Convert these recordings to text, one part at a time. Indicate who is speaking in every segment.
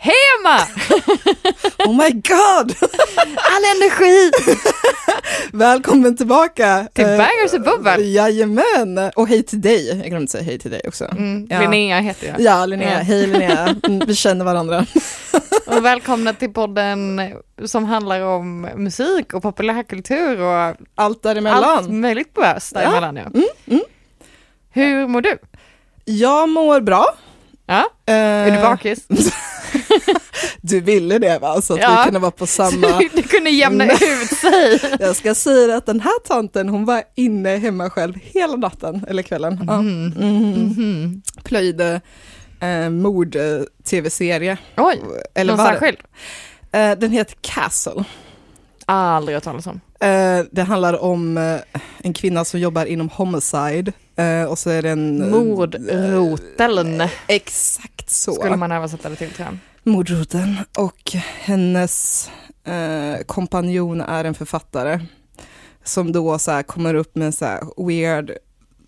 Speaker 1: Alibaba!
Speaker 2: Oh my god!
Speaker 1: All energi!
Speaker 2: Välkommen tillbaka!
Speaker 1: Till
Speaker 2: Eh,
Speaker 1: Bangers och Bubbel.
Speaker 2: Jajamän! Och hej till dig, jag glömde säga hej till dig också.
Speaker 1: Mm,
Speaker 2: Ja.
Speaker 1: Linnea heter jag.
Speaker 2: Ja, Linnea,
Speaker 1: Ja.
Speaker 2: hej Linnea. Mm, vi känner varandra.
Speaker 1: Och välkomna till podden som handlar om musik och populärkultur och
Speaker 2: Allt
Speaker 1: allt
Speaker 2: däremellan.
Speaker 1: möjligt bös däremellan. Ja.
Speaker 2: Mm,
Speaker 1: Hur mår du?
Speaker 2: Jag mår bra.
Speaker 1: Ja?
Speaker 2: Eh,
Speaker 1: Är du bakis?
Speaker 2: Du ville det va? Så att
Speaker 1: Ja.
Speaker 2: vi kunde vara på samma... Mm.
Speaker 1: Du kunde jämna
Speaker 2: Nej.
Speaker 1: ut sig.
Speaker 2: Jag ska säga att den här tanten, hon var inne hemma själv hela natten, eller kvällen. Ja.
Speaker 1: Mm.
Speaker 2: Mm.
Speaker 1: Mhm.
Speaker 2: Plöjde eh, mord-tv-serie.
Speaker 1: Oj,
Speaker 2: Eller
Speaker 1: någon
Speaker 2: vad det?
Speaker 1: särskild?
Speaker 2: Eh, den heter Castle.
Speaker 1: Aldrig hört talas om.
Speaker 2: Eh, det handlar om eh, en kvinna som jobbar inom homicide eh, och så är det en...
Speaker 1: Mordroteln
Speaker 2: Exakt så.
Speaker 1: skulle man översätta det till tror jag.
Speaker 2: Mordroten. Och hennes eh, kompanjon är en författare som då så här kommer upp med så här weird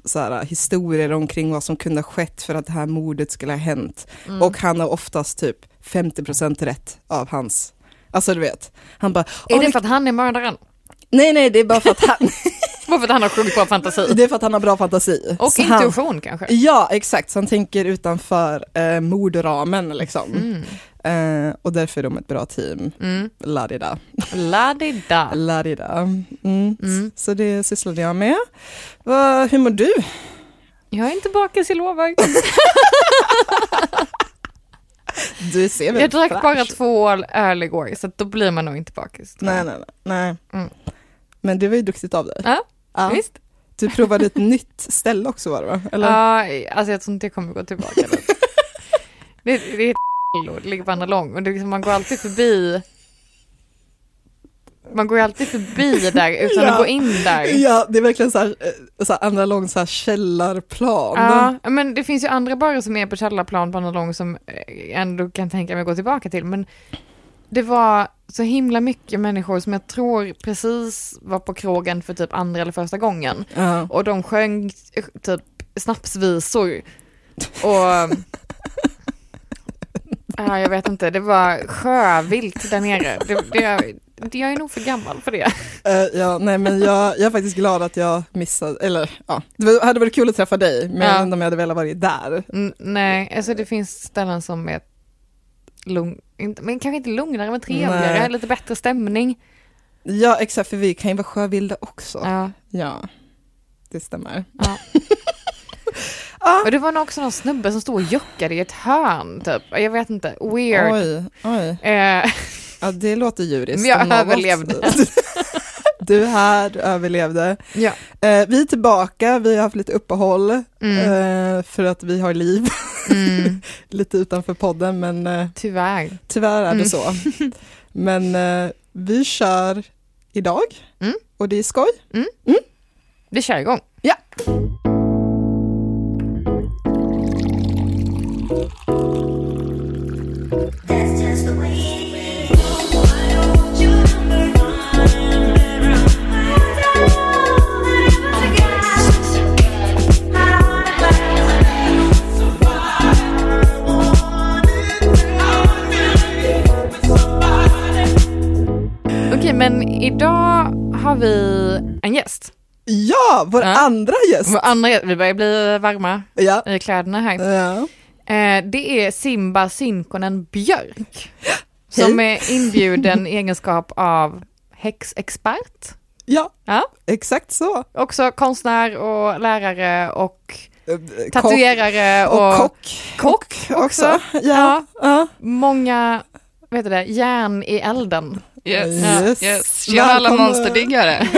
Speaker 2: så här, eh, historier omkring vad som kunde ha skett för att det här mordet skulle ha hänt.
Speaker 1: Mm.
Speaker 2: Och han har oftast typ 50% rätt av hans, alltså du vet, han bara,
Speaker 1: är
Speaker 2: "Åh,
Speaker 1: det
Speaker 2: vi-
Speaker 1: för att han är mördaren?
Speaker 2: nej nej det är bara för att han,
Speaker 1: Bara för att han har sjukt bra fantasi?
Speaker 2: det är för att han har bra fantasi.
Speaker 1: Och
Speaker 2: Så han,
Speaker 1: intuition kanske?
Speaker 2: Ja exakt, så han tänker utanför eh, mordramen liksom.
Speaker 1: Mm.
Speaker 2: Eh, och därför är de ett bra team,
Speaker 1: Mm.
Speaker 2: la-di-da.
Speaker 1: La-di-da.
Speaker 2: Larida. Mm.
Speaker 1: Mm.
Speaker 2: Så det sysslade jag med. Va, hur mår du?
Speaker 1: Jag är inte bakis, i lovar.
Speaker 2: Du ser väl
Speaker 1: Jag drack
Speaker 2: fräsch
Speaker 1: bara
Speaker 2: ut.
Speaker 1: två öl- öl igår, så att då blir man nog inte bakis. tror
Speaker 2: Nej,
Speaker 1: jag.
Speaker 2: nej, nej. nej.
Speaker 1: Mm.
Speaker 2: Men det var ju duktigt av dig.
Speaker 1: Ja, Visst?
Speaker 2: Du provade ett nytt ställe också var det va? Eller?
Speaker 1: Ja, alltså jag tror inte jag kommer gå tillbaka dit. det, det är ett och det ligger på andra lång och det är liksom, man går alltid förbi man går ju alltid förbi där utan
Speaker 2: Ja.
Speaker 1: att gå in där.
Speaker 2: Ja, det är verkligen så här, eh, så här andra lång så här källarplan.
Speaker 1: Ja, men det finns ju andra barer som är på källarplan på andra lång som eh, ändå kan tänka mig att gå tillbaka till. Men det var så himla mycket människor som jag tror precis var på krogen för typ andra eller första gången.
Speaker 2: Ja.
Speaker 1: Och de sjöng eh, typ snapsvisor. Och... eh, Ja, jag vet inte, det var sjövilt där nere. Det, det, det, jag är nog för gammal för det.
Speaker 2: Eh, ja, nej men jag, jag är faktiskt glad att jag missade, eller ja, det var- hade varit kul att träffa dig, men jag
Speaker 1: Ja.
Speaker 2: vet inte om jag hade velat varit där.
Speaker 1: N- nej, alltså det finns ställen som är lugn, inte, men kanske inte lugnare men trevligare,
Speaker 2: Nej.
Speaker 1: lite bättre stämning.
Speaker 2: Ja, exakt, för vi kan ju vara sjövilda också.
Speaker 1: Ja.
Speaker 2: Ja, det stämmer.
Speaker 1: Ja.
Speaker 2: Ah!
Speaker 1: Och det var nog också någon snubbe som stod och juckade i ett hörn typ. Jag vet inte, weird.
Speaker 2: Oj, oj.
Speaker 1: Eh,
Speaker 2: Ja, det låter djuriskt.
Speaker 1: Men jag
Speaker 2: om något.
Speaker 1: överlevde.
Speaker 2: Du är här, du överlevde.
Speaker 1: ja.
Speaker 2: Eh, vi är tillbaka, vi har haft lite uppehåll
Speaker 1: Mm,
Speaker 2: eh, för att vi har liv
Speaker 1: mm,
Speaker 2: lite utanför podden, men eh,
Speaker 1: tyvärr.
Speaker 2: tyvärr är det
Speaker 1: Mm.
Speaker 2: så. Men eh, vi kör idag
Speaker 1: Mm.
Speaker 2: och det är skoj.
Speaker 1: Vi kör igång.
Speaker 2: Ja.
Speaker 1: Okej, men idag har vi en gäst.
Speaker 2: Ja, vår
Speaker 1: Ja.
Speaker 2: andra gäst.
Speaker 1: Vår andra gäst. Vi börjar bli varma
Speaker 2: Ja.
Speaker 1: i kläderna här.
Speaker 2: Ja.
Speaker 1: Eh, Det är Simba Synkonen Björk som är inbjuden i egenskap av häxexpert.
Speaker 2: ja,
Speaker 1: Ja,
Speaker 2: exakt så.
Speaker 1: också konstnär och lärare och
Speaker 2: Eh,
Speaker 1: tatuerare
Speaker 2: kock och
Speaker 1: och,
Speaker 2: kock
Speaker 1: kock
Speaker 2: också.
Speaker 1: också.
Speaker 2: Ja. ja.
Speaker 1: Många, vet du det, järn i elden.
Speaker 3: Yes.
Speaker 2: Ja. Yes.
Speaker 3: Yes. Tjena alla
Speaker 2: Välkomna.
Speaker 3: monsterdiggare.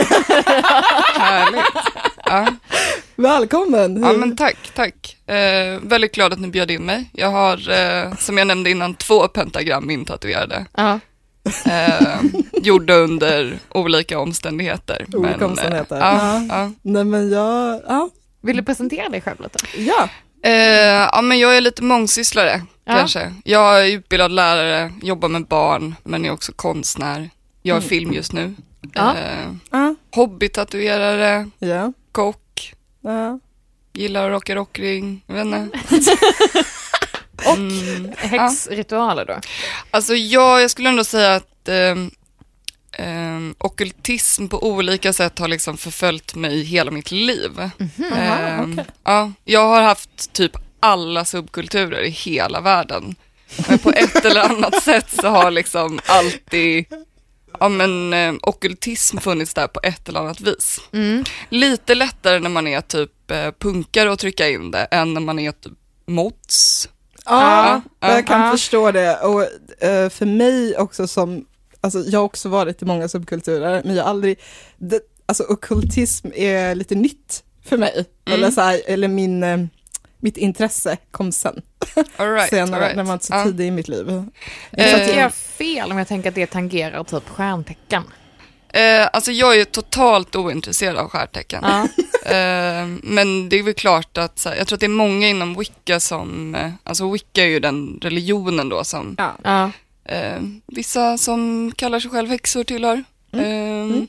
Speaker 3: Härligt. Ja.
Speaker 2: Välkommen!
Speaker 3: ja, men tack, tack. Eh, väldigt glad att ni bjöd in mig. Jag har, eh, som jag nämnde innan, två pentagram intatuerade.
Speaker 1: Ja.
Speaker 3: Eh, gjorda under olika omständigheter.
Speaker 2: Olika
Speaker 3: Men, eh,
Speaker 2: omständigheter.
Speaker 3: Ja, ja.
Speaker 2: Nej men jag, ja.
Speaker 1: Vill du presentera dig själv lite?
Speaker 2: ja.
Speaker 3: Eh, ja, men jag är lite mångsysslare
Speaker 1: Ja.
Speaker 3: kanske. Jag är utbildad lärare, jobbar med barn, men är också konstnär. Jag är film just nu.
Speaker 1: Ja.
Speaker 3: Eh,
Speaker 2: Ja.
Speaker 3: hobbytatuerare,
Speaker 2: Ja.
Speaker 3: kock.
Speaker 2: Ja.
Speaker 3: Gillar att rocka rockring, jag vet inte.
Speaker 1: Och
Speaker 3: Mm.
Speaker 1: häxritualer då?
Speaker 3: Alltså ja, jag skulle ändå säga att ehm, ehm, ockultism på olika sätt har liksom förföljt mig hela mitt liv. Ehm, ja, jag har haft typ alla subkulturer i hela världen. Men på ett eller annat sätt så har liksom alltid Ja men eh, ockultism funnits där på ett eller annat vis.
Speaker 1: Mm.
Speaker 3: Lite lättare när man är typ eh, punkare att trycka in det än när man är typ mods.
Speaker 2: Ja,
Speaker 3: Ja,
Speaker 2: jag kan
Speaker 1: ja.
Speaker 2: förstå det. Och eh, för mig också som, alltså jag har också varit i många subkulturer, men jag har aldrig, det, alltså ockultism är lite nytt för mig.
Speaker 3: Mm.
Speaker 2: Eller, så här, eller min, eh, mitt intresse kom sen,
Speaker 3: All right,
Speaker 2: senare,
Speaker 3: all right.
Speaker 2: när man var inte så
Speaker 3: Ja.
Speaker 2: tidig i mitt liv.
Speaker 1: Så
Speaker 3: Eh,
Speaker 1: tycker jag fel om jag tänker att det tangerar typ stjärntecken.
Speaker 3: Eh, alltså jag är ju totalt ointresserad av stjärtecken.
Speaker 1: Ja.
Speaker 3: Eh, men det är väl klart att, så här, jag tror att det är många inom Wicca som, eh, alltså Wicca är ju den religionen då som
Speaker 2: Ja.
Speaker 1: Ja.
Speaker 3: eh, vissa som kallar sig själv häxor tillhör.
Speaker 2: Mm.
Speaker 3: Eh,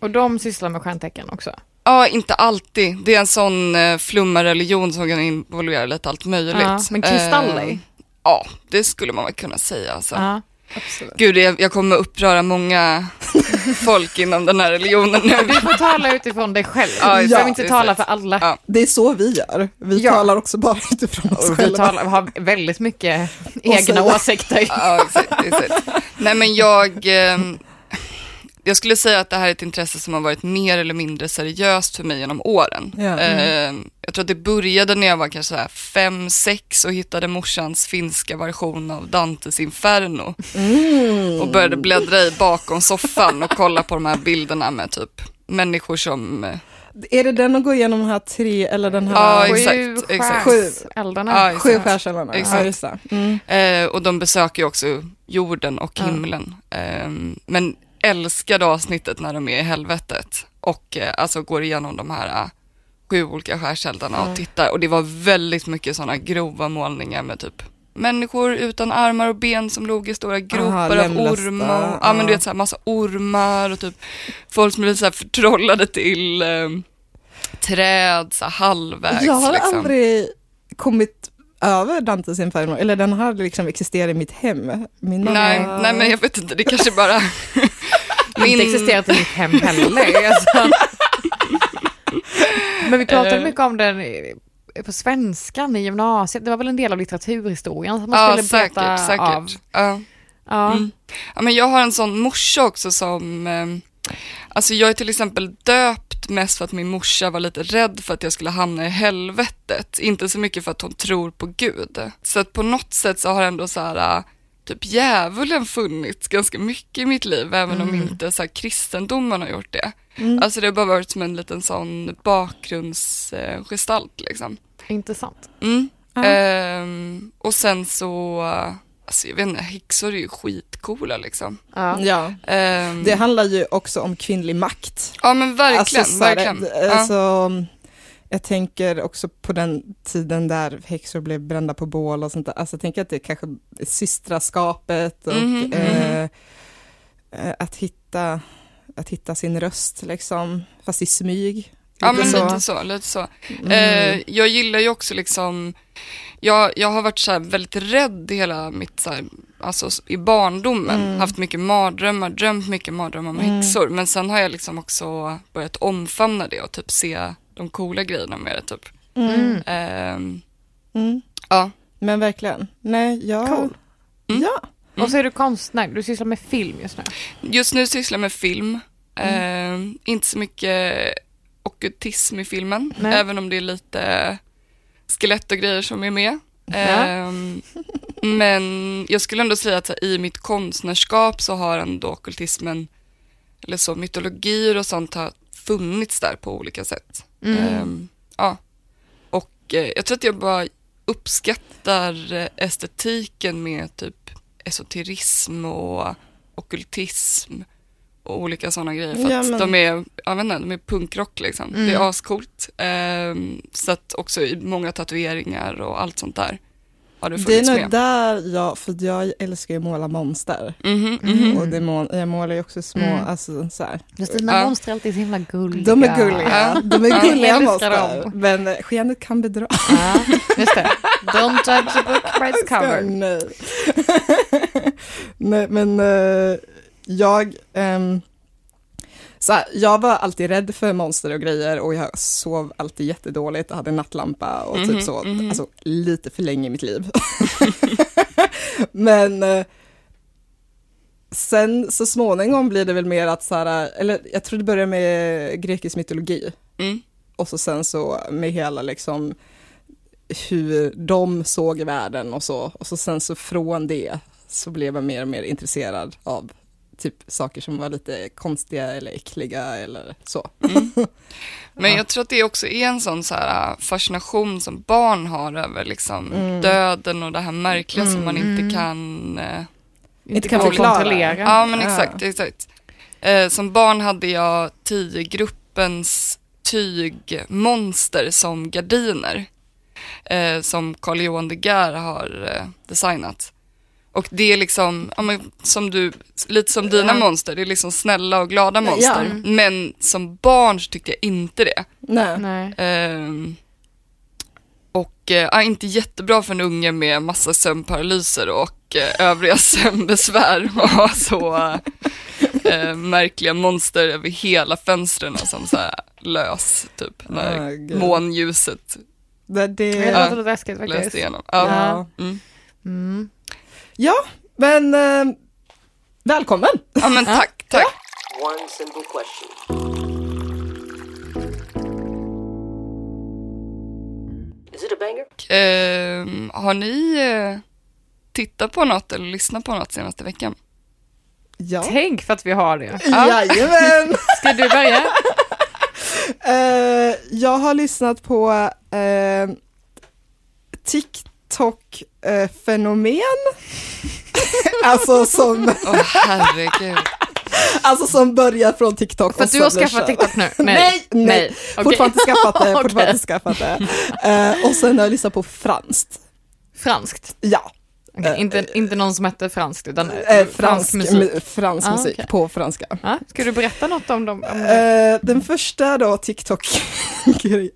Speaker 1: Och de sysslar med stjärntecken också.
Speaker 3: Ja, inte alltid. Det är en sån eh, flummareligion som kan involvera lite allt möjligt.
Speaker 1: Ja, men kristaller?
Speaker 3: Eh, Ja, det skulle man väl kunna säga. Alltså.
Speaker 1: Ja.
Speaker 2: Absolut.
Speaker 3: Gud, jag, jag kommer uppröra många folk inom den här religionen nu.
Speaker 1: Du får tala utifrån dig själv. du
Speaker 3: Ja,
Speaker 1: behöver
Speaker 3: exakt,
Speaker 1: inte tala
Speaker 3: exakt.
Speaker 1: för alla.
Speaker 3: Ja.
Speaker 2: Det är så vi gör. Vi
Speaker 1: Ja.
Speaker 2: talar också bara utifrån oss
Speaker 1: Och vi
Speaker 2: själva.
Speaker 1: talar, har väldigt mycket egna
Speaker 2: säga.
Speaker 1: åsikter.
Speaker 3: Ja, exakt, exakt. Nej, men jag, ehm, jag skulle säga att det här är ett intresse som har varit mer eller mindre seriöst för mig genom åren.
Speaker 2: Ja.
Speaker 3: Ehm, jag tror att det började när jag var kanske så här fem, sex och hittade morsans finska version av Dantes Inferno och började bläddra i bakom soffan och kolla på de här bilderna med typ människor som, eh,
Speaker 2: Är det den att gå igenom de här tre, eller den
Speaker 3: Ja,
Speaker 2: här
Speaker 3: exakt,
Speaker 1: Sju
Speaker 3: exakt.
Speaker 1: skärseldarna.
Speaker 3: Ja, exakt.
Speaker 2: sju skärseldarna?
Speaker 3: Exakt.
Speaker 2: Ja, just det. Mm.
Speaker 3: Eh, och de besöker ju också jorden och
Speaker 2: Ja.
Speaker 3: himlen. Eh, men älskade avsnittet när de är i helvetet och eh, alltså går igenom de här eh, sju olika skärseldarna och tittar. Och det var väldigt mycket sådana grova målningar med typ människor utan armar och ben som låg i stora gropar av
Speaker 2: lemlästa.
Speaker 3: ormar. Ja men du
Speaker 2: Ja.
Speaker 3: vet såhär massa ormar och typ folk som blev såhär förtrollade till eh, träd, såhär halvvägs.
Speaker 2: Jag har
Speaker 3: liksom.
Speaker 2: aldrig kommit över Dantes Inferno, eller den har liksom existerat i mitt hem. Min mamma...
Speaker 3: Nej, nej men jag vet inte, det kanske bara...
Speaker 1: Inte existerat i mitt hem heller. Alltså. Men vi pratade
Speaker 3: Eh.
Speaker 1: mycket om den eh, på svenskan i gymnasiet. Det var väl en del av litteraturhistorien som man
Speaker 3: Ja,
Speaker 1: skulle berätta
Speaker 3: säkert,
Speaker 1: av.
Speaker 3: säkert. Ja.
Speaker 1: Ja.
Speaker 3: Mm. Ja, men jag har en sån morsa också som... Eh, alltså jag är till exempel döpt mest för att min morsa var lite rädd för att jag skulle hamna i helvetet. Inte så mycket för att hon tror på Gud. Så att på något sätt så har ändå så här... eh, Typ djävulen funnits ganska mycket i mitt liv, även om
Speaker 1: Mm.
Speaker 3: inte så här kristendomen har gjort det. Alltså det har bara varit som en liten sån bakgrundsgestalt liksom.
Speaker 1: Intressant.
Speaker 3: Mm.
Speaker 2: Ja.
Speaker 3: Ehm, och sen så, eh, alltså jag vet inte, häxor är ju skitcoola liksom.
Speaker 1: Ja.
Speaker 2: Ja,
Speaker 3: Ehm,
Speaker 2: det handlar ju också om kvinnlig makt.
Speaker 3: ja men verkligen,
Speaker 2: Alltså, så här,
Speaker 3: verkligen.
Speaker 2: d- alltså, Jag tänker också på den tiden där häxor blev brända på bål och sånt där. Alltså jag tänker att det kanske är systraskapet och
Speaker 3: Mhm,
Speaker 2: eh, eh, att, hitta, att hitta sin röst liksom, fast i smyg.
Speaker 3: ja. ja
Speaker 2: Lite
Speaker 3: men
Speaker 2: så.
Speaker 3: lite så, lite så.
Speaker 2: Mm.
Speaker 3: Eh, jag gillar ju också liksom, jag, jag har varit så här väldigt rädd i hela mitt, så här, alltså s- i barndomen,
Speaker 2: Mm.
Speaker 3: haft mycket mardrömmar, drömt mycket mardrömmar om häxor, men sen har jag liksom också börjat omfamna det och typ se de coola grejerna med det typ.
Speaker 1: Mm.
Speaker 3: Ehm,
Speaker 2: Mm.
Speaker 3: ja.
Speaker 2: Men verkligen. Nej, jag...
Speaker 1: Cool.
Speaker 3: Mm.
Speaker 2: Ja.
Speaker 1: Och så är du konstnär. Du sysslar med film just nu.
Speaker 3: Just nu sysslar jag med film.
Speaker 1: Mm.
Speaker 3: Eh, inte så mycket ockultism i filmen,
Speaker 1: Nej.
Speaker 3: även om det är lite skelett och grejer som är med.
Speaker 1: Ja.
Speaker 3: Eh, men jag skulle ändå säga att så här, i mitt konstnärskap så har ändå ockultismen, eller så mytologier och sånt har funnits där på olika sätt.
Speaker 1: Mm.
Speaker 2: Ehm,
Speaker 3: Eh, ja. Och eh, jag tror att jag bara uppskattar eh, estetiken med typ esoterism och ockultism och olika sådana grejer. För
Speaker 2: Ja,
Speaker 3: att
Speaker 2: men- Mm.
Speaker 3: de är, jag vet inte, de är punkrock liksom. Det är ascoolt. Ehm, så att också i många tatueringar och allt sånt där. har du
Speaker 2: Det
Speaker 3: funnits
Speaker 2: är nog
Speaker 3: med.
Speaker 2: där jag, för jag älskar ju att måla monster.
Speaker 3: Mhm, mhm.
Speaker 2: Och det må, jag målar ju också små,
Speaker 1: Mm.
Speaker 2: alltså så här.
Speaker 1: Just dina
Speaker 3: Ja.
Speaker 1: monster är alltid så himla gulliga.
Speaker 2: De är gulliga, de är
Speaker 3: Ja.
Speaker 2: gulliga
Speaker 1: Jag älskar
Speaker 2: monster. Men eh, skenet kan bedra.
Speaker 1: Ja, just det. Don't judge a book by its cover.
Speaker 2: Nej. Nej, men eh, jag... ehm, så här, jag var alltid rädd för monster och grejer och jag sov alltid jättedåligt och hade nattlampa och
Speaker 3: Mhm,
Speaker 2: typ så,
Speaker 3: mhm.
Speaker 2: alltså lite för länge i mitt liv. men eh, sen så småningom blir det väl mer att så här, eh, eller jag tror det börjar med grekisk mytologi.
Speaker 3: Mm.
Speaker 2: Och så sen så med hela liksom hur de såg världen och så. Och så sen så från det så blev jag mer och mer intresserad av typ saker som var lite konstiga eller äckliga eller så.
Speaker 3: Men jag tror att det också är en sån så här äh, fascination som barn har över liksom döden och det här märkliga som man inte kan... eh,
Speaker 1: Inte kan vi
Speaker 2: förklara.
Speaker 1: kontrollera.
Speaker 3: Ja, men
Speaker 2: Ja.
Speaker 3: exakt. exakt. Eh, som barn hade jag tiogruppens tygmonster som gardiner. Eh, som Carl Johan de Geer har eh, designat. Och det är liksom, ja, men, som du, lite som dina monster, det är liksom snälla och glada monster. Men som barn så tyckte jag inte det.
Speaker 2: Nej.
Speaker 1: Nej.
Speaker 3: Ehm, och eh, ja, inte jättebra för en unge med massa sömnparalyser och eh, övriga sömnbesvär och ha så eh, märkliga monster över hela fönstren som så här lös typ när
Speaker 2: Ah, gud.
Speaker 3: månljuset
Speaker 2: Det, det,
Speaker 1: Det
Speaker 2: ja.
Speaker 1: låter lite läskigt faktiskt.
Speaker 3: löste igenom. Ja.
Speaker 1: Ja.
Speaker 3: Mm.
Speaker 1: Mm.
Speaker 2: Men eh, välkommen!
Speaker 3: ja men tack, tack.
Speaker 4: One simple question. Is it a banger?
Speaker 3: Ehm, har ni eh, tittat på något eller lyssnat på något senaste veckan?
Speaker 2: Ja.
Speaker 1: Tänk för att vi har det.
Speaker 2: Jajamän!
Speaker 1: Ska du börja?
Speaker 2: Eh, jag har lyssnat på eh, TikTok-fenomen. alltså som
Speaker 3: Åh herregud.
Speaker 2: Alltså som börjar från TikTok.
Speaker 1: För
Speaker 2: och
Speaker 1: att du har
Speaker 2: sen
Speaker 1: skaffat
Speaker 2: kör.
Speaker 1: TikTok nu?
Speaker 2: Nej, nej.
Speaker 1: Okej.
Speaker 2: Fortfarande inte skaffat det,
Speaker 1: Okej.
Speaker 2: fortfarande inte skaffat det. Eh, och sen har jag lyssnat på franskt.
Speaker 1: Franskt?
Speaker 2: Ja,
Speaker 1: Okej,
Speaker 2: Eh,
Speaker 1: inte, inte någon som hette franskt, utan eh,
Speaker 2: eh,
Speaker 1: fransk, musik.
Speaker 2: mu- fransk
Speaker 1: Ah,
Speaker 2: musik
Speaker 1: okej.
Speaker 2: på franska.
Speaker 1: Ja, ska du berätta något om dem? Om det?
Speaker 2: Eh, den första då, TikTok,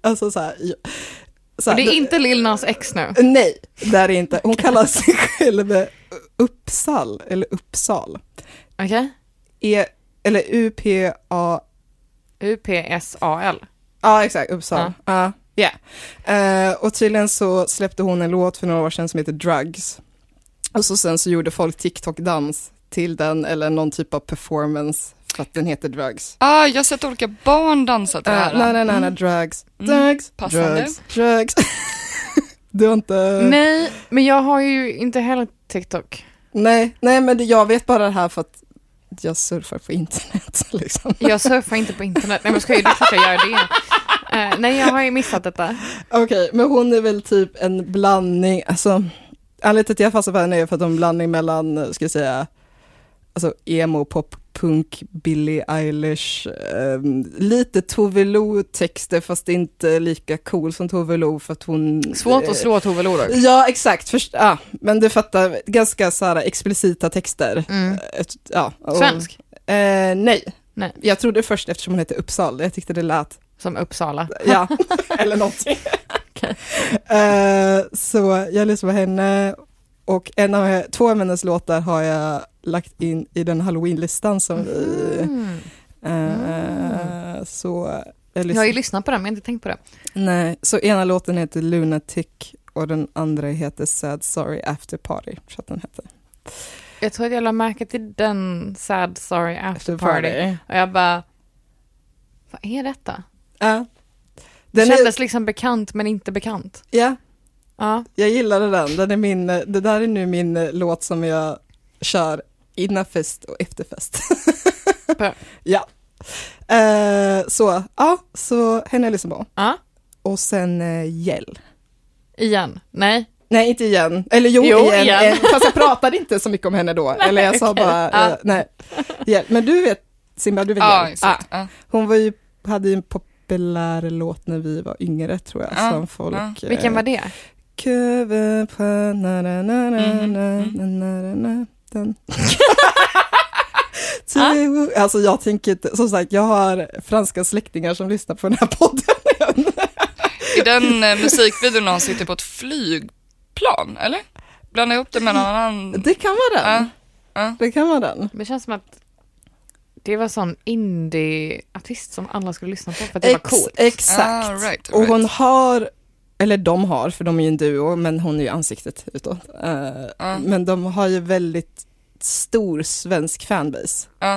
Speaker 2: alltså så här, ja. så här,
Speaker 1: Och det är
Speaker 2: den-
Speaker 1: inte Lil Nas X nu?
Speaker 2: Nej, det är det inte. Hon kallar sig själv eh, Uppsal, eller Uppsal.
Speaker 1: Okej?
Speaker 2: E, eller U-P-A
Speaker 1: U-P-S-A-L.
Speaker 2: Ja, exakt. Uppsala. Ja. ja Eh, och tydligen så släppte hon en låt för några år sedan som heter Drugs. Och så sen så gjorde folk TikTok-dans till den eller någon typ av performance för att den heter Drugs.
Speaker 3: Ah, jag har sett olika barn dansa till det här. Mm.
Speaker 2: Eh, Nej, nej, nej, nej, drugs, drugs,
Speaker 3: Passande.
Speaker 2: drugs, drugs. du har inte...
Speaker 1: Nej, men jag har ju inte heller TikTok.
Speaker 2: Nej, nej, men det, jag vet bara det här för att jag surfar på internet liksom.
Speaker 1: Jag surfar inte på internet. Nej men ska ju det är klart jag gör det. Eh, nej, jag har ju missat detta.
Speaker 2: Okej, men hon är väl typ en blandning, alltså anledningen till att jag fastnar för henne är för att hon är en blandning mellan, eh, ska jag säga, alltså emo, pop, punk, Billie Eilish, ehm, lite Tove Lo texter fast inte lika cool som Tove Lo för att hon... eh,
Speaker 1: Svårt att slå Tove Lo dock.
Speaker 2: Ja, exakt, först, ja, men du fattar, ganska så här explicita texter.
Speaker 1: Mm.
Speaker 2: Ett- Ja, och-
Speaker 1: Svensk,
Speaker 2: Eh, nej.
Speaker 1: Nej.
Speaker 2: Jag trodde först eftersom hon hette Uppsala, jag tyckte det lät
Speaker 1: som Uppsala.
Speaker 2: Ja, eller någonting. Eh, så jag lyssnar på henne och en av, två av hennes låtar har jag lagt in i den halloween-listan som vi...
Speaker 1: Mm.
Speaker 2: eh, Så
Speaker 1: Jag har ju
Speaker 2: jag lyssnar.
Speaker 1: lyssnat på den, men jag har inte tänkt på det.
Speaker 2: Nej, så ena låten heter Lunatic och den andra heter Sad Sorry After Party. Så att den heter.
Speaker 1: Jag tror att jag la märke till den Sad Sorry After Party. Och jag bara, vad är detta?
Speaker 2: Ja.
Speaker 1: Den
Speaker 2: Den är,
Speaker 1: kändes liksom bekant men inte bekant.
Speaker 2: ja,
Speaker 1: Ja,
Speaker 2: jag gillade den. den är min, det där är nu min eh, låt som jag kör innan fest och efter fest.
Speaker 1: bra.
Speaker 2: Ja. Eh, så, ja, så henne lyssnar på.
Speaker 1: ja.
Speaker 2: Och sen eh, Gäll.
Speaker 1: igen. Nej,
Speaker 2: Nej, inte igen. Eller jo,
Speaker 1: Jo,
Speaker 2: igen.
Speaker 1: igen.
Speaker 2: Eh, Fast jag pratade inte så mycket om henne då. eller jag sa
Speaker 1: okej.
Speaker 2: bara, eh,
Speaker 1: Ja.
Speaker 2: nej. Gäll. Men du vet, Simba, du vet
Speaker 3: Ja,
Speaker 2: Gäll.
Speaker 3: exakt. Ja.
Speaker 2: Hon var ju, hade ju en populär låt när vi var yngre tror jag,
Speaker 3: Ja,
Speaker 2: som folk...
Speaker 3: ja.
Speaker 2: eh,
Speaker 1: vilken var det?
Speaker 2: huvud på... Na, na, na, na, na, na, na, na, den. Tio- Alltså jag tänker inte, som sagt jag har franska släktingar som lyssnar på den här podden.
Speaker 3: I den eh, musikvideon när han sitter på ett flygplan, eller? Blanda ihop det med någon annan.
Speaker 2: Det kan vara den.
Speaker 3: Mm. Ja, ja.
Speaker 2: Det kan vara den.
Speaker 1: Men det känns som att det var sån indie-artist som alla skulle lyssna på för att det var
Speaker 2: Ex-
Speaker 1: coolt.
Speaker 2: Exakt.
Speaker 3: Ah, right, right.
Speaker 2: Och hon har, eller de har, för de är ju en duo, men hon är ju ansiktet utåt. Eh,
Speaker 3: Ja.
Speaker 2: Men de har ju väldigt stor svensk fanbase.
Speaker 3: Ja.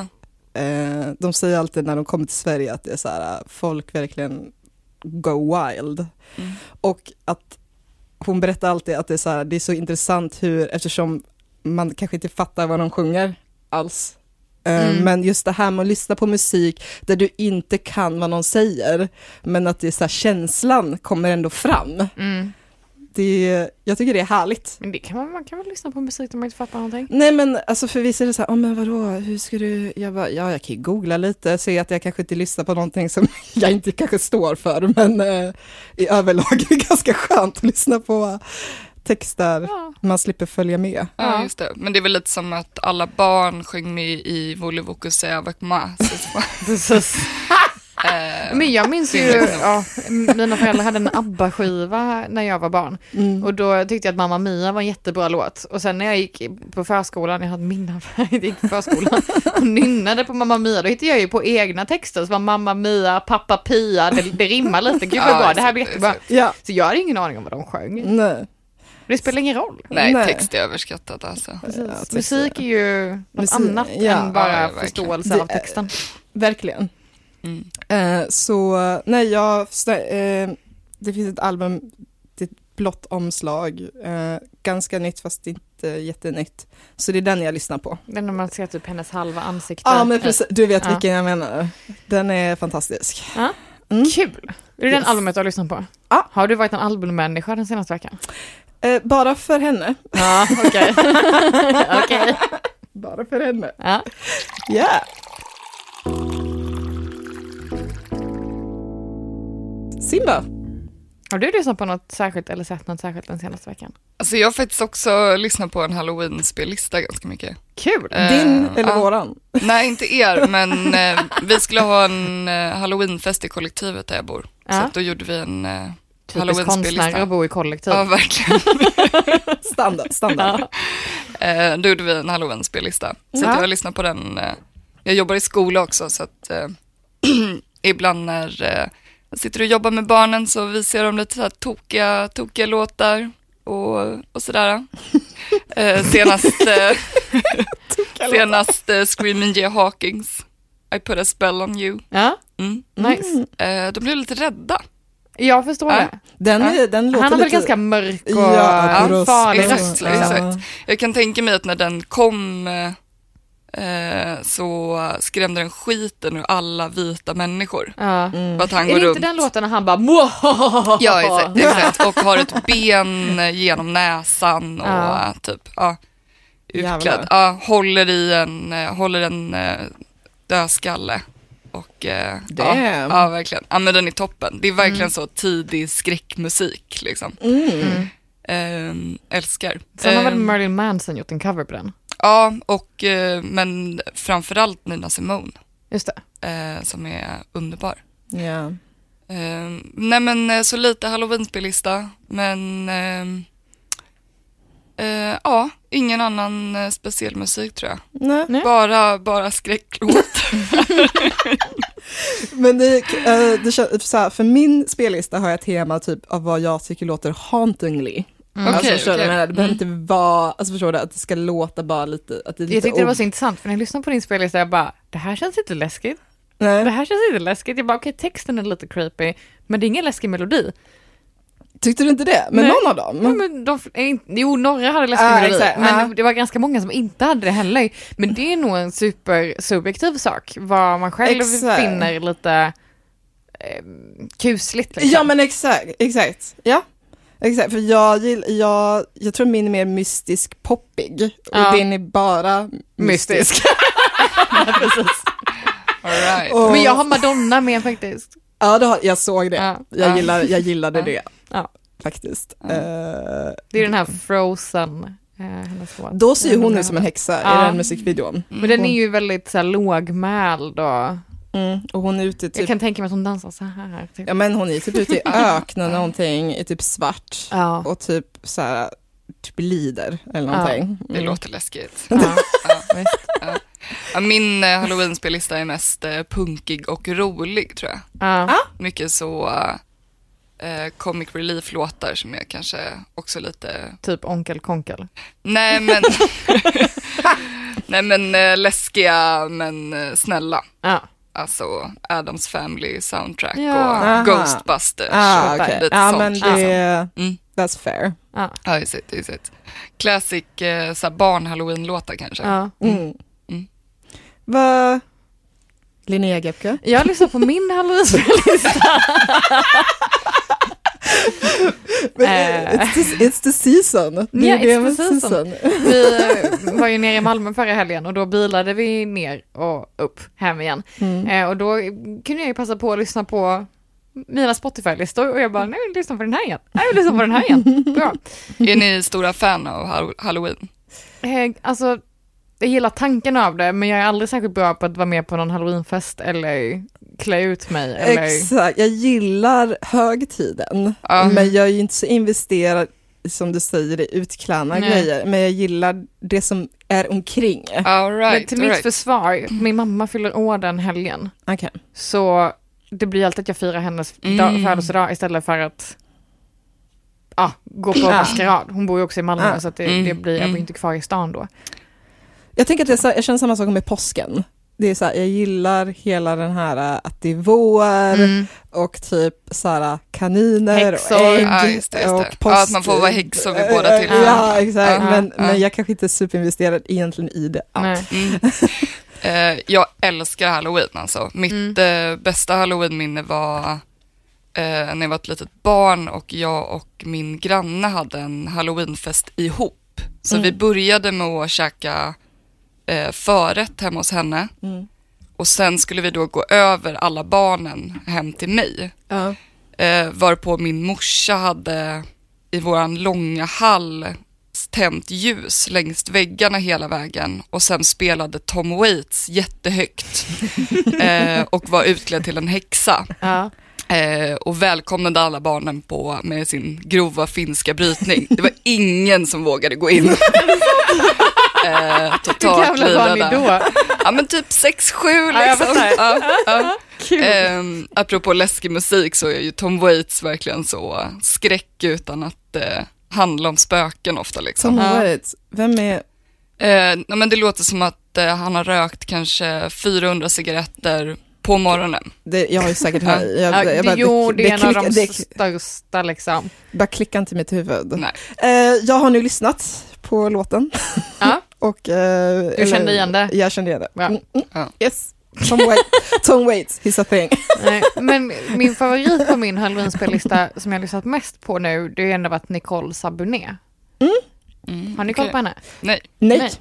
Speaker 2: Eh, de säger alltid när de kommer till Sverige att det är så här, eh, folk verkligen go wild.
Speaker 3: Mm.
Speaker 2: Och att hon berättar alltid att det är så här, det är så intressant hur, eftersom man kanske inte fattar vad de sjunger alls. Eh,
Speaker 1: Mm.
Speaker 2: Men just det här med att lyssna på musik där du inte kan vad någon säger, men att det är så här, känslan kommer ändå fram.
Speaker 1: Mm.
Speaker 2: Det är, jag tycker det är härligt.
Speaker 1: Men det kan man, man kan väl lyssna på musik om man inte fattar någonting.
Speaker 2: Nej men alltså för vissa är det så här, oh, men vadå, hur ska du, jag bara, ja jag kan ju googla lite, se att jag kanske inte lyssnar på någonting som jag inte kanske står för, men eh, i överlag är det ganska skönt att lyssna på texter,
Speaker 1: Ja.
Speaker 2: man slipper följa med.
Speaker 3: Ja, just det. Men det är väl lite som att alla barn sjöng med i Volevoco se avec moi. Så- Eh,
Speaker 1: Precis. Men jag minns ju, ja, m- mina föräldrar hade en ABBA-skiva när jag var barn. Och då tyckte jag att Mamma Mia var en jättebra låt. Och sen när jag gick på förskolan, jag hade minnen från när jag gick på förskolan, och nynnade på Mamma Mia, då hittade jag ju på egna texter som var Mamma Mia, Pappa Pia, det, det rimmar lite, gud vad
Speaker 3: Ja,
Speaker 1: bra, det här blir
Speaker 3: exakt,
Speaker 1: jättebra.
Speaker 2: Ja,
Speaker 1: Så jag hade ingen aning om vad de sjöng.
Speaker 2: nej.
Speaker 1: Det spelar ingen roll.
Speaker 3: Nej,
Speaker 2: Nej.
Speaker 3: text är överskattat alltså.
Speaker 2: tyckte-
Speaker 1: Musik är ju något
Speaker 2: Musik-
Speaker 1: annat
Speaker 2: ja.
Speaker 1: än bara
Speaker 3: Ja, verkligen.
Speaker 1: förståelse
Speaker 2: Det-
Speaker 1: av texten.
Speaker 2: Verkligen.
Speaker 3: Mm.
Speaker 2: Eh, så nej, jag, så, eh, det finns ett album, det är ett blått omslag, eh, ganska nytt fast inte jättenytt. Så det är den jag lyssnar på.
Speaker 1: Den när man ser typ hennes halva ansikte.
Speaker 2: Ja men precis, du vet
Speaker 1: Ja.
Speaker 2: vilken jag menar. Den är fantastisk.
Speaker 1: Ja.
Speaker 2: Mm.
Speaker 1: Kul! Är det
Speaker 2: Yes.
Speaker 1: den albumet du har lyssnat på?
Speaker 2: Ja.
Speaker 1: Har du varit en albummänniska den senaste veckan?
Speaker 2: Eh, bara för henne.
Speaker 1: Ja, okej. Okej.
Speaker 2: Bara för henne.
Speaker 1: Ja.
Speaker 2: Ja. Yeah. Simba.
Speaker 1: Har du lyssnat på något särskilt eller sett något särskilt den senaste veckan?
Speaker 3: Alltså jag har faktiskt också lyssnat på en halloween-spellista ganska mycket.
Speaker 1: Kul!
Speaker 3: Eh,
Speaker 2: Din eller
Speaker 3: ja.
Speaker 2: våran?
Speaker 3: Nej, inte er, men eh, vi skulle ha en eh, halloweenfest i kollektivet där jag bor. Så
Speaker 1: Ja. Typ.
Speaker 3: att då gjorde vi en eh,
Speaker 1: Typiskt konstnärer
Speaker 3: halloween-spellista.
Speaker 1: att bo i kollektiv.
Speaker 3: Ja, verkligen.
Speaker 2: Standard. standard.
Speaker 3: Eh, då gjorde vi en halloween-spellista. Så
Speaker 1: Ja.
Speaker 3: att jag har lyssnat på den. Eh, jag jobbar i skola också, så att eh, ibland när eh, jag sitter och jobbar med barnen så visar jag dem lite så här tokiga, tokiga låtar och, och sådär. Eh, senast eh, senast eh, Screaming Jay Hawkins, I put a spell on you.
Speaker 1: Ja,
Speaker 3: Mm.
Speaker 1: nice.
Speaker 3: Eh, de blev lite rädda.
Speaker 1: Jag förstår
Speaker 3: Ja.
Speaker 1: det.
Speaker 2: Den,
Speaker 3: Ja.
Speaker 2: är, den låter
Speaker 1: Han har väl
Speaker 2: lite...
Speaker 1: ganska mörk och
Speaker 2: Ja,
Speaker 1: ja,
Speaker 2: röst.
Speaker 1: farlig
Speaker 3: Exakt,
Speaker 1: röst.
Speaker 3: exakt.
Speaker 1: Liksom.
Speaker 3: Jag kan tänka mig att när den kom eh, eh, så skrämde den skiten ur alla vita människor.
Speaker 1: Ja.
Speaker 3: För att han
Speaker 1: Är
Speaker 3: går
Speaker 1: det
Speaker 3: runt.
Speaker 1: inte den låten när han bara Mm. "Mwahaha"?
Speaker 3: Ja, exakt, exakt. Och har ett ben genom näsan och
Speaker 1: Ja.
Speaker 3: eh, typ, ja,
Speaker 2: Jävlar.
Speaker 3: utklädd. Ja, håller i en, eh, håller en eh, dödskalle. Och, eh, ja,
Speaker 2: Damn.
Speaker 3: ja, verkligen. Ja, men den är toppen. Det är verkligen
Speaker 1: Mm.
Speaker 3: så tidig skräckmusik liksom.
Speaker 2: Mm.
Speaker 3: Ehm, älskar.
Speaker 1: Sen har väl
Speaker 3: Ehm,
Speaker 1: Marilyn Manson gjort en cover på den?
Speaker 3: Ja, och, eh, men framförallt Nina Simone
Speaker 1: Just det.
Speaker 3: eh, som är underbar.
Speaker 2: Ja.
Speaker 3: Eh, nej men eh, så lite halloween-spellista, men ehm, eh, ja, ingen annan eh, speciell musik tror jag.
Speaker 2: Nej.
Speaker 1: Nej.
Speaker 3: Bara, bara skräcklåt.
Speaker 2: Men det, eh, det känns, så här, för min spellista har jag tema typ av vad jag tycker låter hauntingly.
Speaker 1: Mm.
Speaker 2: alltså,
Speaker 3: Okej,
Speaker 2: förstår du vad jag
Speaker 3: okej.
Speaker 2: menar? det behöver inte vara, alltså förstår du, att det ska låta bara lite, att det är lite
Speaker 1: Jag tyckte det var
Speaker 2: ob-
Speaker 1: så intressant, för när jag lyssnade på din spellista, jag bara, det här känns inte läskigt. Det
Speaker 2: Nej,
Speaker 1: här känns inte läskigt. Jag bara, okej, texten är lite creepy, men det är ingen läskig melodi.
Speaker 2: tyckte du inte det? Men
Speaker 1: Nej.
Speaker 2: någon av dem?
Speaker 1: Men, men de, är inte- jo, några hade läskig
Speaker 2: Ja,
Speaker 1: melodi,
Speaker 2: exakt.
Speaker 1: men
Speaker 2: Ja.
Speaker 1: det var ganska många som inte hade det heller. Men det är nog en supersubjektiv sak, vad man själv
Speaker 2: Exakt.
Speaker 1: finner lite eh, kusligt. Liksom.
Speaker 2: Ja men exakt, exakt. Ja. Exakt, för jag, gill, jag, jag tror min är mer mystisk poppig och
Speaker 1: Ja.
Speaker 2: din är bara mystisk.
Speaker 1: Mystisk. Precis.
Speaker 3: All right.
Speaker 2: Och,
Speaker 1: Men jag har Madonna med faktiskt.
Speaker 2: Ja, det har, jag såg det.
Speaker 1: Ja.
Speaker 2: Jag,
Speaker 3: Ja.
Speaker 2: gillar, jag gillade
Speaker 3: Ja.
Speaker 2: det.
Speaker 1: Ja.
Speaker 2: faktiskt.
Speaker 3: Ja.
Speaker 2: Eh,
Speaker 1: Det är den här Frozen, eh, hennes låt.
Speaker 2: då ser ju
Speaker 1: Jag
Speaker 2: hon
Speaker 1: undrar-
Speaker 2: ut som en Mm. häxa
Speaker 1: Ja.
Speaker 2: i den musikvideon.
Speaker 1: Men den är ju väldigt så här, lågmäld och
Speaker 2: Mm. Och hon är ute i
Speaker 1: jag
Speaker 2: typ,
Speaker 1: kan tänka mig att hon dansar så här. Typ.
Speaker 2: ja men hon är typ ute i öknen någonting, i typ svart
Speaker 1: Ja.
Speaker 2: och typ så här, typ lider eller
Speaker 1: Ja.
Speaker 2: någonting.
Speaker 3: Det
Speaker 2: Mm.
Speaker 3: låter läskigt.
Speaker 1: Ja.
Speaker 3: Ja, ja. Ja, min eh, halloween-spellista är mest eh, punkig och rolig tror jag.
Speaker 1: Ja.
Speaker 3: Mycket så eh, comic relief-låtar som är kanske också lite
Speaker 1: Typ onkel konkel.
Speaker 3: Nej men, Nej, men eh, läskiga men eh, snälla.
Speaker 1: Ja.
Speaker 3: Alltså Adams Family soundtrack
Speaker 1: Ja.
Speaker 3: och
Speaker 2: Aha.
Speaker 3: Ghostbusters.
Speaker 2: Ah,
Speaker 1: Köpa
Speaker 2: okej.
Speaker 3: lite
Speaker 2: Ja,
Speaker 3: sånt,
Speaker 2: men
Speaker 3: liksom.
Speaker 2: det,
Speaker 3: Mm.
Speaker 2: that's fair.
Speaker 1: Ja.
Speaker 3: Ja, just it, just it. Classic eh, såhär barn-halloween-låtar kanske.
Speaker 1: Ja.
Speaker 2: Mm.
Speaker 3: Mm.
Speaker 2: Vad... Linnea Gebke?
Speaker 1: Jag lyssnar på min halloweenspellista. Eh.
Speaker 2: It's, the, it's the season. Det
Speaker 1: Ja,
Speaker 2: är det
Speaker 1: it's
Speaker 2: med
Speaker 1: the season. Vi eh, var ju nere i Malmö förra helgen och då bilade vi ner och upp hem igen.
Speaker 2: Mm.
Speaker 1: Eh, och då kunde jag ju passa på att lyssna på mina Spotify-listor och jag bara, nej, jag vill lyssna på den här igen. Nej, jag vill lyssna på den här igen. Bra.
Speaker 3: Är ni stora fan av hall- halloween?
Speaker 1: Eh, alltså, jag gillar tanken av det, men jag är aldrig särskilt bra på att vara med på någon halloweenfest eller klä ut mig. Eller...
Speaker 2: Exakt, jag gillar högtiden,
Speaker 3: Ja.
Speaker 2: men jag är ju inte så investerad som du säger i utklädna
Speaker 1: Nej.
Speaker 2: grejer, men jag gillar det som är omkring.
Speaker 3: All
Speaker 1: Men
Speaker 3: right,
Speaker 1: till
Speaker 3: all
Speaker 1: mitt
Speaker 3: right.
Speaker 1: försvar, min mamma fyller år den helgen,
Speaker 2: Okej.
Speaker 1: så det blir alltid att jag firar hennes
Speaker 3: Mm.
Speaker 1: dag, födelsedag istället för att ja, gå på
Speaker 2: Ja.
Speaker 1: maskerad. Hon bor ju också i Malmö,
Speaker 2: Ja.
Speaker 1: så att det,
Speaker 3: Mm,
Speaker 1: det blir, jag
Speaker 3: mm.
Speaker 1: blir inte kvar i stan då.
Speaker 2: Jag tänker att det är så, jag känner samma sak med påsken. Det är så här, jag gillar hela den här äh, att det är vår
Speaker 1: Mm.
Speaker 2: och typ så här kaniner och
Speaker 1: Häxor.
Speaker 2: ägg
Speaker 3: Ja, just det, just det.
Speaker 2: och
Speaker 3: Ja, att man får vara häxor vid båda tillfällen.
Speaker 2: Ja, exakt.
Speaker 3: Ja,
Speaker 2: men,
Speaker 3: ja.
Speaker 2: men jag kanske inte är superinvesterad egentligen i det alls.
Speaker 1: Nej.
Speaker 3: Mm. Eh, jag älskar halloween alltså. Mitt eh, bästa halloweenminne var eh, när jag var ett litet barn och jag och min granne hade en halloweenfest ihop. Så vi började med att käka eh, förrätt hemma hos henne
Speaker 2: Mm.
Speaker 3: och sen skulle vi då gå över alla barnen hem till mig. Eh, varpå min morsa hade i våran långa hall tänt ljus längs väggarna hela vägen och sen spelade Tom Waits jättehögt eh, och var utklädd till en häxa
Speaker 1: Ja.
Speaker 3: eh, och välkomnade alla barnen på med sin grova finska brytning. Det var ingen som vågade gå in. eh,
Speaker 1: Hur
Speaker 3: totalt
Speaker 1: gamla var ni
Speaker 3: livrädda.
Speaker 1: då?
Speaker 3: Ja men typ 6-7
Speaker 1: Ja, jag
Speaker 3: liksom.
Speaker 1: fattar.
Speaker 3: Ja, ja.
Speaker 1: Kul.
Speaker 3: Ehm, apropå läskig musik så är ju Tom Waits verkligen så eh, skräck utan att eh, handla om spöken ofta liksom.
Speaker 2: Tom
Speaker 1: Ja.
Speaker 2: Waits, vem är...
Speaker 3: Eh, nej, men det låter som att eh, han har rökt kanske 400 cigaretter på morgonen.
Speaker 2: Det, jag har ju säkert hört... Jag,
Speaker 1: Ja,
Speaker 2: jag
Speaker 1: det, jo, det är en av de
Speaker 2: det,
Speaker 1: största liksom.
Speaker 2: bara klicka inte i mitt huvud.
Speaker 3: Nej.
Speaker 2: Eh, jag har nu lyssnat på låten.
Speaker 1: Ja.
Speaker 2: Och, eh, eller-
Speaker 1: kände igen det?
Speaker 2: Jag kände igen det.
Speaker 1: Ja.
Speaker 2: Mm, mm.
Speaker 3: Ja.
Speaker 2: Yes. Tom Waits, Tom Waits, he's a thing.
Speaker 1: Nej, men min favorit på min halloweenspellista som jag har lyssnat mest på nu, det har ju ändå varit Nicole Sabuné.
Speaker 3: Mm,
Speaker 1: Har ni koll
Speaker 3: okej.
Speaker 1: på henne?
Speaker 3: Nej.
Speaker 2: Nej.
Speaker 1: Nej.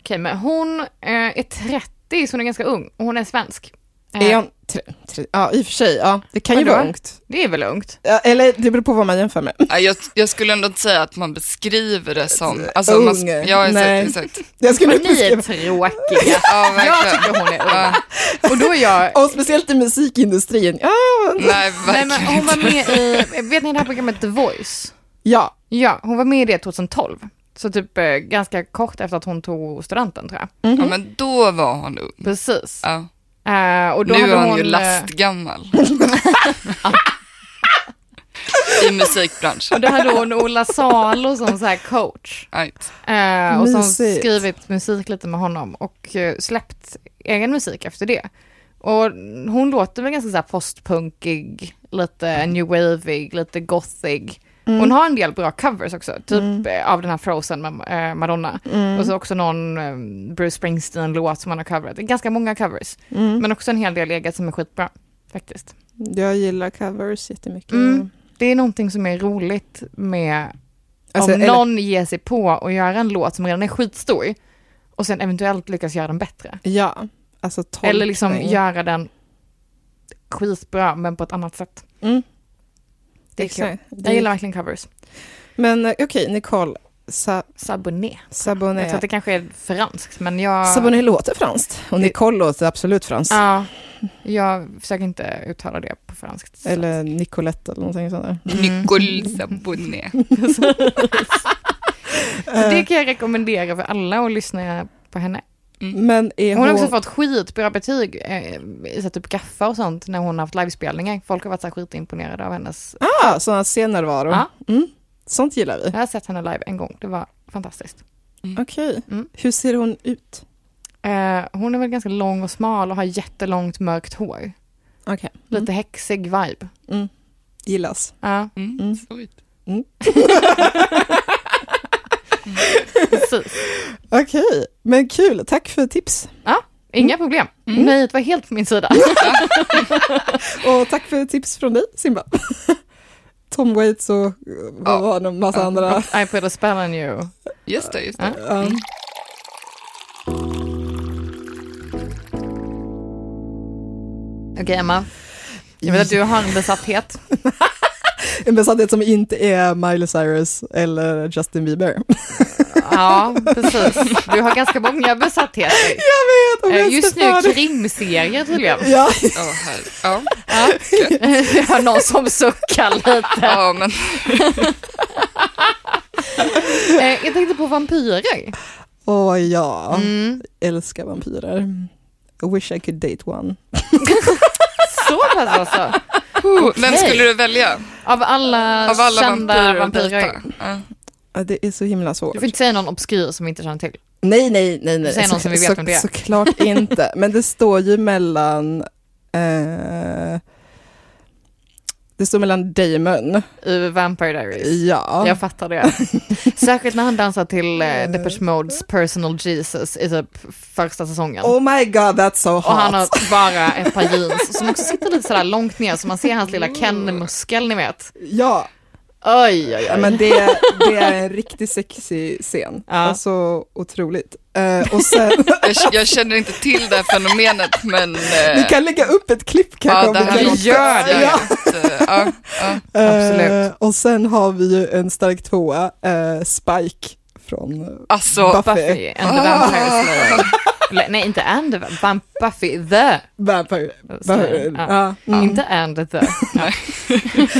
Speaker 1: Okej, men hon eh, är 30, så hon är ganska ung och hon är svensk. Eh,
Speaker 2: Är hon, tre, tre, ja, i och för sig, ja, det kan ju
Speaker 1: Vadå?
Speaker 2: vara ungt.
Speaker 1: Det är väl ungt?
Speaker 2: Ja, eller det beror på vad man jämför med.
Speaker 3: Ja, jag, jag skulle ändå inte säga att man beskriver det som... Alltså, man,
Speaker 2: Unge.
Speaker 3: ja,
Speaker 2: Nej.
Speaker 3: exakt, exakt.
Speaker 2: Jag skulle inte
Speaker 1: Ni är
Speaker 2: beskriva.
Speaker 1: tråkiga.
Speaker 3: Ja,
Speaker 1: Jag
Speaker 3: verkligen.
Speaker 1: tycker hon är ung.
Speaker 3: Ja,
Speaker 1: Och då är jag...
Speaker 2: Och speciellt i musikindustrin. Ja,
Speaker 3: nej,
Speaker 1: Nej,
Speaker 3: verkligen.
Speaker 1: men hon var med i, vet ni det här programmet The Voice?
Speaker 2: ja.
Speaker 1: Ja, hon var med i det 2012. Så typ eh, ganska kort efter att hon tog studenten tror jag.
Speaker 3: Ja, men då var hon ung.
Speaker 1: Precis.
Speaker 3: Ja.
Speaker 1: Eh, och då
Speaker 3: nu
Speaker 1: hade
Speaker 3: är hon, ju
Speaker 1: eh,
Speaker 3: lastgammal. I musikbranschen.
Speaker 1: Och då hade hon Ola Salo som så här coach.
Speaker 3: Right.
Speaker 1: Eh, och som
Speaker 2: Mysigt.
Speaker 1: skrivit musik lite med honom och eh, släppt egen musik efter det. Och hon låter väl ganska så här postpunkig, lite new wavig, lite gothig.
Speaker 2: Mm.
Speaker 1: Hon har en del bra covers också, typ eh, av den här Frozen med eh, Madonna.
Speaker 2: Mm.
Speaker 1: Och så också någon eh, Bruce Springsteen-låt som han har coverat. Det är Ganska många covers,
Speaker 2: Mm.
Speaker 1: men också en hel del eget som är skitbra faktiskt.
Speaker 2: Jag gillar covers jättemycket.
Speaker 1: Mm. Det är någonting som är roligt med
Speaker 2: Alltså,
Speaker 1: om
Speaker 2: eller-
Speaker 1: någon ger sig på och göra en låt som redan är skitstor och sen eventuellt lyckas göra den bättre.
Speaker 2: Ja, alltså tolkning.
Speaker 1: Eller liksom göra den skitbra men på ett annat sätt.
Speaker 2: Mm.
Speaker 1: Det är kul.
Speaker 2: Exakt.
Speaker 1: Jag gillar verkligen covers.
Speaker 2: Men eh, okej, Nicole Sa-
Speaker 1: Saboné. Jag tror
Speaker 2: Saboné.
Speaker 1: att det kanske är franskt, men jag...
Speaker 2: Saboné låter franskt och
Speaker 1: Det-
Speaker 2: Nicole låter absolut franskt.
Speaker 1: Ja, jag försöker inte uttala det på franskt. så-
Speaker 2: Eller Nicolette eller någonting sånt där.
Speaker 3: Nicole Saboné.
Speaker 1: Så det kan jag rekommendera för alla att lyssna på henne.
Speaker 2: Men E är
Speaker 1: Hon har
Speaker 2: hon...
Speaker 1: också fått skitbra betyg eh, i så här typ gaffa och sånt när hon har haft livespelningar. Folk har varit så här skitimponerade av hennes...
Speaker 2: Ah, sådana scennärvaror.
Speaker 1: Ja.
Speaker 2: Mm. Sånt gillar vi.
Speaker 1: Jag har sett henne live en gång, det var fantastiskt.
Speaker 2: Okej.
Speaker 1: Mm.
Speaker 2: Hur ser hon ut?
Speaker 1: Eh, hon är väl ganska lång och smal och har jättelångt mörkt hår.
Speaker 2: Okej.
Speaker 1: Lite häxig vibe.
Speaker 2: Mm. Gillas.
Speaker 1: Ja,
Speaker 3: Mm.
Speaker 2: Mm.
Speaker 3: sorry.
Speaker 1: precis.
Speaker 2: Okej, men kul. Tack för tips.
Speaker 1: Inga problem. Nöjet var helt på min sida.
Speaker 2: Och tack för tips från dig, Simba. Tom Waits och eh, vad
Speaker 3: Ja.
Speaker 2: var det, en massa andra.
Speaker 1: I put a spell on you.
Speaker 3: Just det, just det.
Speaker 2: Ja.
Speaker 1: Mm. Okej Emma, jag vet att du har en besatthet.
Speaker 2: En besatthet som inte är Miley Cyrus eller Justin Bieber.
Speaker 1: Ja, precis. Du har ganska många besattheter.
Speaker 2: Jag vet! om
Speaker 1: Eh,
Speaker 2: jag
Speaker 1: Just
Speaker 2: ska ta
Speaker 1: nu
Speaker 2: det.
Speaker 1: krimserier tydligen.
Speaker 2: Ja,
Speaker 3: Ja, här. Ja.
Speaker 1: Jag hör någon som suckar lite.
Speaker 3: ja, men
Speaker 1: Eh, Jag tänkte på vampyrer.
Speaker 2: Åh ja,
Speaker 1: Mm.
Speaker 2: älskar vampyrer. I wish I could date one.
Speaker 1: Så pass alltså.
Speaker 3: vem skulle du välja
Speaker 1: Av alla,
Speaker 3: av alla
Speaker 1: kända
Speaker 3: vampyrer att
Speaker 1: vampyrer.
Speaker 3: dejta? Ja.
Speaker 2: Ja, Det är så himla svårt.
Speaker 1: Du får inte säga någon obskyr som vi inte känner till.
Speaker 2: Nej, nej, nej. nej.
Speaker 1: Säg någon som vi vet
Speaker 2: så,
Speaker 1: vem det är.
Speaker 2: Såklart inte, men det står ju mellan... Eh, det står mellan Damon,
Speaker 1: Ur Vampire Diaries.
Speaker 2: ja.
Speaker 1: Jag fattar det. Särskilt när han dansar till eh, Depeche Modes Personal Jesus i typ första säsongen.
Speaker 2: Oh my god, that's so hot.
Speaker 1: Och han har bara ett par jeans som också sitter lite sådär långt ner så man ser hans lilla Ken-muskel ni vet.
Speaker 2: Ja,
Speaker 1: Mm. Oj, oj,
Speaker 2: ja,
Speaker 1: oj.
Speaker 2: men det, det är en riktigt sexig scen.
Speaker 1: Ja.
Speaker 2: Alltså otroligt. Eh, och sen,
Speaker 3: Jag, jag känner inte till det här fenomenet, men... eh,
Speaker 2: vi kan lägga upp ett klipp kanske.
Speaker 3: ja,
Speaker 2: om
Speaker 3: det
Speaker 2: vi
Speaker 3: här
Speaker 2: kan
Speaker 1: låter- Gör det.
Speaker 2: Ja.
Speaker 3: det. eh, Ja, ja.
Speaker 1: Absolut.
Speaker 2: Eh, och sen har vi ju en stark tvåa, eh, Spike från eh,
Speaker 3: Alltså,
Speaker 2: Buffy. Ah.
Speaker 1: Buffy and the Vampire Slayer. Eller, Nej, inte and the, Vamp- Buffy the.
Speaker 2: Vampire. Vampire.
Speaker 1: Ja.
Speaker 2: Ja. Mm.
Speaker 1: Inte and the.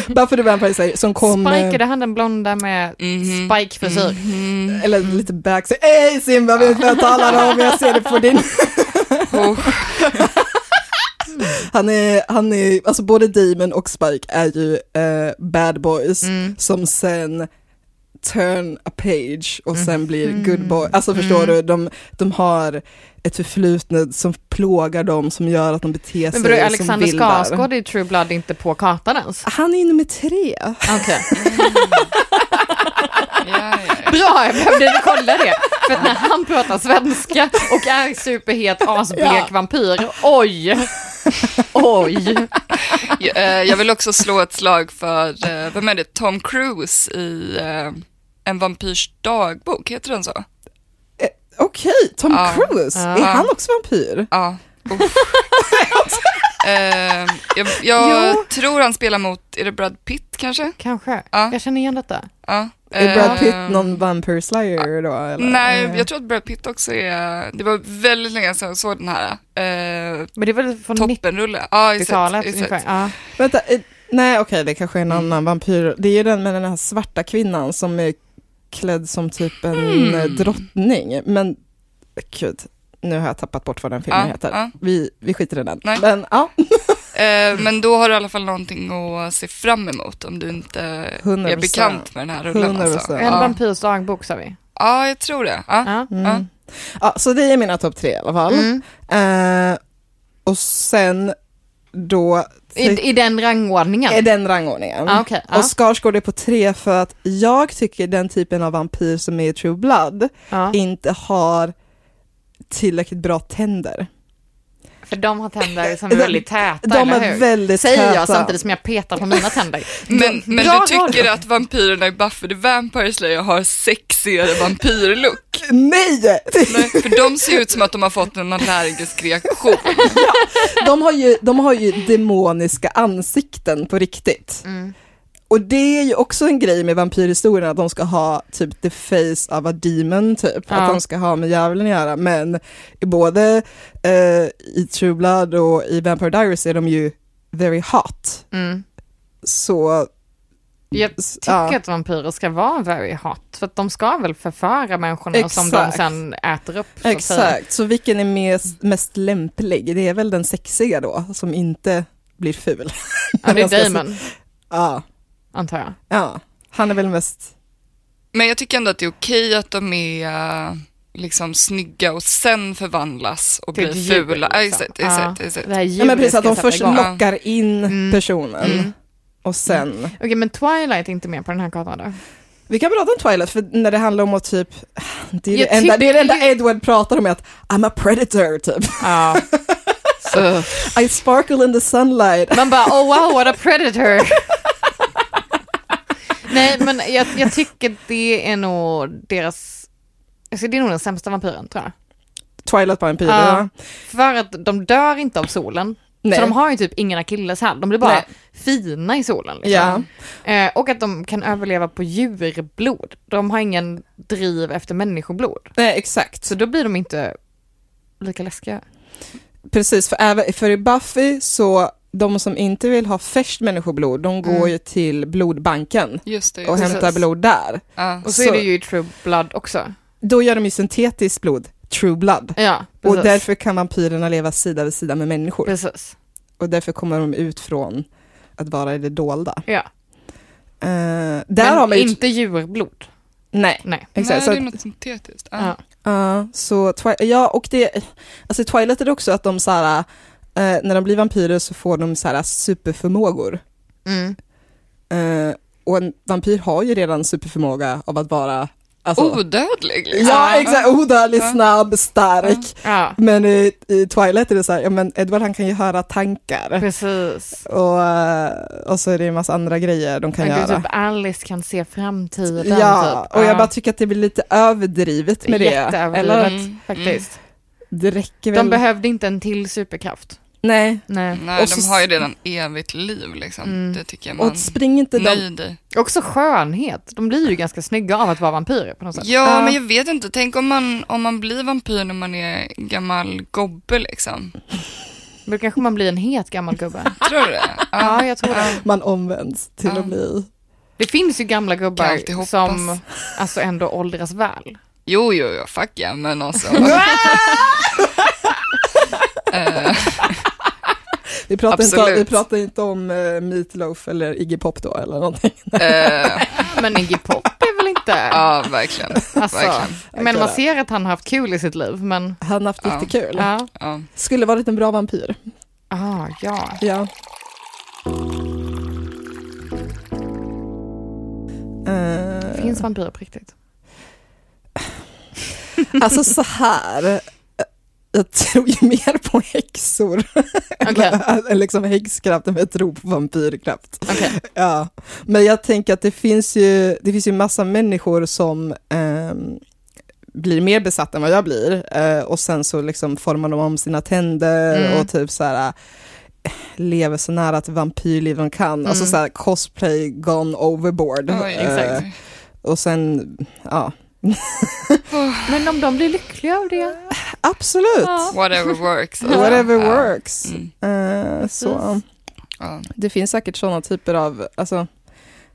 Speaker 2: Buffy the Vampire Slayer som kom... eh,
Speaker 1: Spike, är det han den blonda med
Speaker 3: Mhm.
Speaker 1: spike-frisyr?
Speaker 2: Mm-hmm. Eller lite back, så, hej Simba, vet du vad jag talar om? Jag ser det på din...
Speaker 3: oh,
Speaker 2: Han är, han är, alltså både Damon och Spike är ju eh, bad boys
Speaker 1: Mm.
Speaker 2: som sen turn a page och
Speaker 1: Mm.
Speaker 2: sen blir good boy. Alltså förstår du, de, de har ett förflutet som plågar dem, som gör att de beter sig
Speaker 1: Men bror,
Speaker 2: Alltså, som
Speaker 1: Alexander
Speaker 2: vildar.
Speaker 1: Skarsgård är ju True Blood inte på kartan ens.
Speaker 2: Han är nummer tre.
Speaker 1: Okej.
Speaker 3: ja, ja.
Speaker 1: Bra, jag behövde kolla det. För att när han pratar svenska och är superhet asblek
Speaker 2: Ja.
Speaker 1: vampyr, oj, oj.
Speaker 3: Ja, eh, Jag vill också slå ett slag för, eh, vem är det, Tom Cruise i eh, En vampyrs dagbok, heter den så?
Speaker 2: Okej, Tom
Speaker 3: Ja.
Speaker 2: Cruise, är
Speaker 3: Ja.
Speaker 2: han också vampyr?
Speaker 3: Ja. uff. Eh, jag jag tror han spelar mot, är det Brad Pitt kanske?
Speaker 1: Kanske.
Speaker 3: Ja.
Speaker 1: Jag känner igen detta.
Speaker 3: Ja.
Speaker 2: Är Brad
Speaker 3: Eh,
Speaker 2: Pitt någon vampire slayer då? Eller? Eh.
Speaker 3: Nej, jag tror att Brad Pitt också är, det var väldigt länge sedan jag såg den här. Eh,
Speaker 1: Men det var väl från
Speaker 3: toppenrulle. Ja, exakt,
Speaker 1: 90-talet
Speaker 3: exakt.
Speaker 1: ungefär. Ja.
Speaker 2: Vänta, eh, nej okej det kanske är en annan vampyr. Det är ju den med den här svarta kvinnan som är klädd som typ en eh,
Speaker 3: Mm.
Speaker 2: drottning. Men gud, nu har jag tappat bort vad den filmen
Speaker 3: Ja,
Speaker 2: heter.
Speaker 3: ja.
Speaker 2: Vi, vi skiter i den.
Speaker 3: Nej.
Speaker 2: Men ja,
Speaker 3: Eh, men då har du i alla fall någonting att se fram emot om du inte
Speaker 2: 100%.
Speaker 3: är bekant med den här rullen. Alltså.
Speaker 2: 100%.
Speaker 1: En
Speaker 3: Ja.
Speaker 1: vampyrs dagbok sa vi.
Speaker 3: ja, jag tror det. Ja.
Speaker 1: Ja.
Speaker 3: Ja.
Speaker 2: Mm. ja, så det är mina topp tre i alla fall.
Speaker 1: Mm.
Speaker 2: Eh, och sen då
Speaker 1: I, I den rangordningen.
Speaker 2: Typ. är den rangordningen.
Speaker 1: Ja, okej, ja.
Speaker 2: Och Skarsgård är på tre för att jag tycker den typen av vampyr som är i True Blood
Speaker 1: Ja.
Speaker 2: inte har tillräckligt bra tänder.
Speaker 1: För de har tänder som är väldigt täta,
Speaker 2: De
Speaker 1: eller
Speaker 2: är
Speaker 1: hur?
Speaker 2: väldigt
Speaker 1: Säger
Speaker 2: täta.
Speaker 1: jag samtidigt som jag petar på mina tänder.
Speaker 3: Men, men
Speaker 1: Bra
Speaker 3: du tycker
Speaker 1: radio.
Speaker 3: att vampyrerna i Buffy the Vampire Slayer har sexigare vampyrlook?
Speaker 2: Nej!
Speaker 3: Nej, För de ser ut som att de har fått en allergisk reaktion.
Speaker 2: De har, ju, de har ju demoniska ansikten på riktigt.
Speaker 1: Mm.
Speaker 2: Och det är ju också en grej med vampyrhistorierna, att de ska ha typ the face of a demon typ,
Speaker 1: Ja.
Speaker 2: att de ska ha med djävulen att göra. Men i både eh, i True Blood och i Vampire Diaries är de ju very hot.
Speaker 1: Mm.
Speaker 2: Så
Speaker 1: Jag
Speaker 2: s-
Speaker 1: tycker
Speaker 2: ja,
Speaker 1: att vampyrer ska vara very hot, för att de ska väl förföra människorna som de
Speaker 2: Exakt.
Speaker 1: sen äter upp. Så att säga.
Speaker 2: exakt. Så vilken är mest, mest lämplig? Det är väl den sexiga då, som inte blir ful.
Speaker 1: Ja, det
Speaker 2: Jag ska
Speaker 1: är Damon,
Speaker 2: Ja,
Speaker 1: antar jag.
Speaker 2: ja. han är väl mest,
Speaker 3: Men jag tycker ändå att det är okej att de är eh, liksom snygga och sen förvandlas och
Speaker 1: Till
Speaker 3: blir
Speaker 1: ett djur,
Speaker 3: fula. Ja,
Speaker 1: liksom.
Speaker 3: exakt, exakt,
Speaker 1: Ja,
Speaker 3: exakt.
Speaker 1: Det här
Speaker 2: ja men
Speaker 1: djuret
Speaker 2: precis att
Speaker 1: ska
Speaker 2: de
Speaker 1: sätta
Speaker 2: först
Speaker 1: igång.
Speaker 2: lockar in
Speaker 1: Mm.
Speaker 2: personen
Speaker 3: Mm.
Speaker 2: och sen
Speaker 1: Okej, men Twilight är inte med på den här kartan då?
Speaker 2: Vi kan prata om Twilight, för när det handlar om att typ, det är
Speaker 1: Jag
Speaker 2: det enda, det är det enda
Speaker 1: tycker-
Speaker 2: Edward pratar om är att I'm a predator typ.
Speaker 1: Ja. Så.
Speaker 2: I sparkle in the sunlight.
Speaker 1: Man bara, oh wow, what a predator. Nej, men jag, jag tycker det är nog deras, alltså det är nog den sämsta vampyren tror jag.
Speaker 2: Twilight vampyrer,
Speaker 1: Ja.
Speaker 2: ja.
Speaker 1: För att de dör inte av solen.
Speaker 2: Nej.
Speaker 1: Så de har ju typ ingen akilleshäl, de blir bara
Speaker 2: Nej.
Speaker 1: fina i solen.
Speaker 2: Ja.
Speaker 1: Liksom. Eh, och att de kan överleva på djurblod. De har ingen driv efter människoblod.
Speaker 2: Nej, exakt.
Speaker 1: Så då blir de inte lika läskiga.
Speaker 2: Precis, för, även, för i Buffy så, de som inte vill ha färskt människoblod, de går
Speaker 1: Mm.
Speaker 2: ju till blodbanken
Speaker 3: Just det.
Speaker 2: och
Speaker 3: Just det.
Speaker 1: hem-
Speaker 2: hämtar blod där.
Speaker 3: Ja.
Speaker 1: Och så,
Speaker 2: Så-
Speaker 1: är det ju i True Blood också.
Speaker 2: Då gör de ju syntetiskt blod, true blood.
Speaker 1: Ja,
Speaker 2: Och
Speaker 1: precis.
Speaker 2: därför kan vampyrerna leva sida vid sida med människor.
Speaker 1: precis.
Speaker 2: Och därför kommer de ut från att vara i det dolda.
Speaker 1: Ja.
Speaker 2: Eh, där har man
Speaker 1: men
Speaker 2: ju...
Speaker 1: inte djurblod.
Speaker 2: Nej,
Speaker 1: Nej.
Speaker 2: exakt.
Speaker 3: Nej, det
Speaker 2: så
Speaker 3: är
Speaker 2: att-
Speaker 3: något syntetiskt. Ja.
Speaker 1: Ja.
Speaker 2: Ja, så Twi- ja, och det, alltså i Twilight är det också att de så här, eh, när de blir vampyrer så får de så här superförmågor.
Speaker 1: Mm.
Speaker 2: Eh, och en vampyr har ju redan superförmåga av att vara, alltså,
Speaker 3: Odödlig. liksom.
Speaker 2: ja exakt, odödlig,
Speaker 3: Ja.
Speaker 2: snabb, stark.
Speaker 1: Ja,
Speaker 2: Men i, i Twilight är det så här, ja men Edward han kan ju höra tankar.
Speaker 1: precis.
Speaker 2: Och, eh, och så är det en massa andra grejer de kan
Speaker 1: Men det är
Speaker 2: göra.
Speaker 1: typ Alice kan se framtiden.
Speaker 2: Ja,
Speaker 1: typ.
Speaker 2: och jag bara tycker att det blir lite överdrivet med det.
Speaker 1: Jätteöverdrivet.
Speaker 2: Eller att
Speaker 3: Mm,
Speaker 1: faktiskt.
Speaker 2: det räcker väl.
Speaker 1: De behövde inte en till superkraft.
Speaker 2: Nej,
Speaker 1: Nej.
Speaker 3: Mm. Nej,
Speaker 2: Och
Speaker 3: de
Speaker 2: så- Mm.
Speaker 3: har ju redan evigt liv liksom. Det tycker jag man
Speaker 2: och spring inte de
Speaker 3: nöjd i.
Speaker 1: Också skönhet. De blir ju ganska snygga av att vara vampyrer på något sätt.
Speaker 3: Ja,
Speaker 2: Ja.
Speaker 3: men jag vet inte. Tänk om man, om man blir vampyr när man är gammal gobbe liksom.
Speaker 1: Då kanske man blir en het gammal gubbe.
Speaker 3: Tror du det? Ja.
Speaker 1: Ja, jag tror det.
Speaker 2: man omvänds till
Speaker 3: Ja.
Speaker 2: att bli.
Speaker 1: Det finns ju gamla
Speaker 3: Kan alltid
Speaker 1: gubbar
Speaker 3: hoppas.
Speaker 1: som alltså ändå åldras väl.
Speaker 3: Jo, jo, jo, fuck yeah, men alltså. Eh,
Speaker 2: Vi pratar, inte om,
Speaker 3: Absolut.
Speaker 2: vi pratar inte om uh, Meatloaf eller Iggy Pop då eller någonting.
Speaker 3: eh,
Speaker 1: Men Iggy Pop är väl inte...
Speaker 3: ja, verkligen.
Speaker 1: Alltså,
Speaker 3: verkligen.
Speaker 1: men man ser att han har haft kul i sitt liv, men...
Speaker 2: Han har haft
Speaker 3: Ja.
Speaker 2: jättekul.
Speaker 1: Ja.
Speaker 3: Ja.
Speaker 2: Skulle varit en bra vampyr.
Speaker 1: Ah, ja.
Speaker 2: Ja. Eh,
Speaker 1: Finns vampyrer på riktigt?
Speaker 2: alltså så här, eh, jag tror ju mer på häxor,
Speaker 1: Okej.
Speaker 2: eller liksom häxkraft än vad jag tror på vampyrkraft.
Speaker 1: Okej.
Speaker 2: Ja, men jag tänker att det finns ju, det finns ju massa människor som ehm, blir mer besatta än vad jag blir eh, och sen så liksom formar de om sina tänder
Speaker 1: Mm.
Speaker 2: och typ så här eh, lever så nära ett vampyrliv de kan, alltså
Speaker 1: Mm.
Speaker 2: så här cosplay gone overboard.
Speaker 3: Oj,
Speaker 2: Eh,
Speaker 3: exakt.
Speaker 2: och sen, ja,
Speaker 1: Men om de blir lyckliga av det?
Speaker 2: absolut,
Speaker 1: Ja.
Speaker 3: Whatever works. alltså.
Speaker 2: whatever
Speaker 3: Ja.
Speaker 2: works.
Speaker 3: Mm.
Speaker 2: Eh, så.
Speaker 1: Precis.
Speaker 3: Ja.
Speaker 2: Det finns säkert sådana typer av, alltså,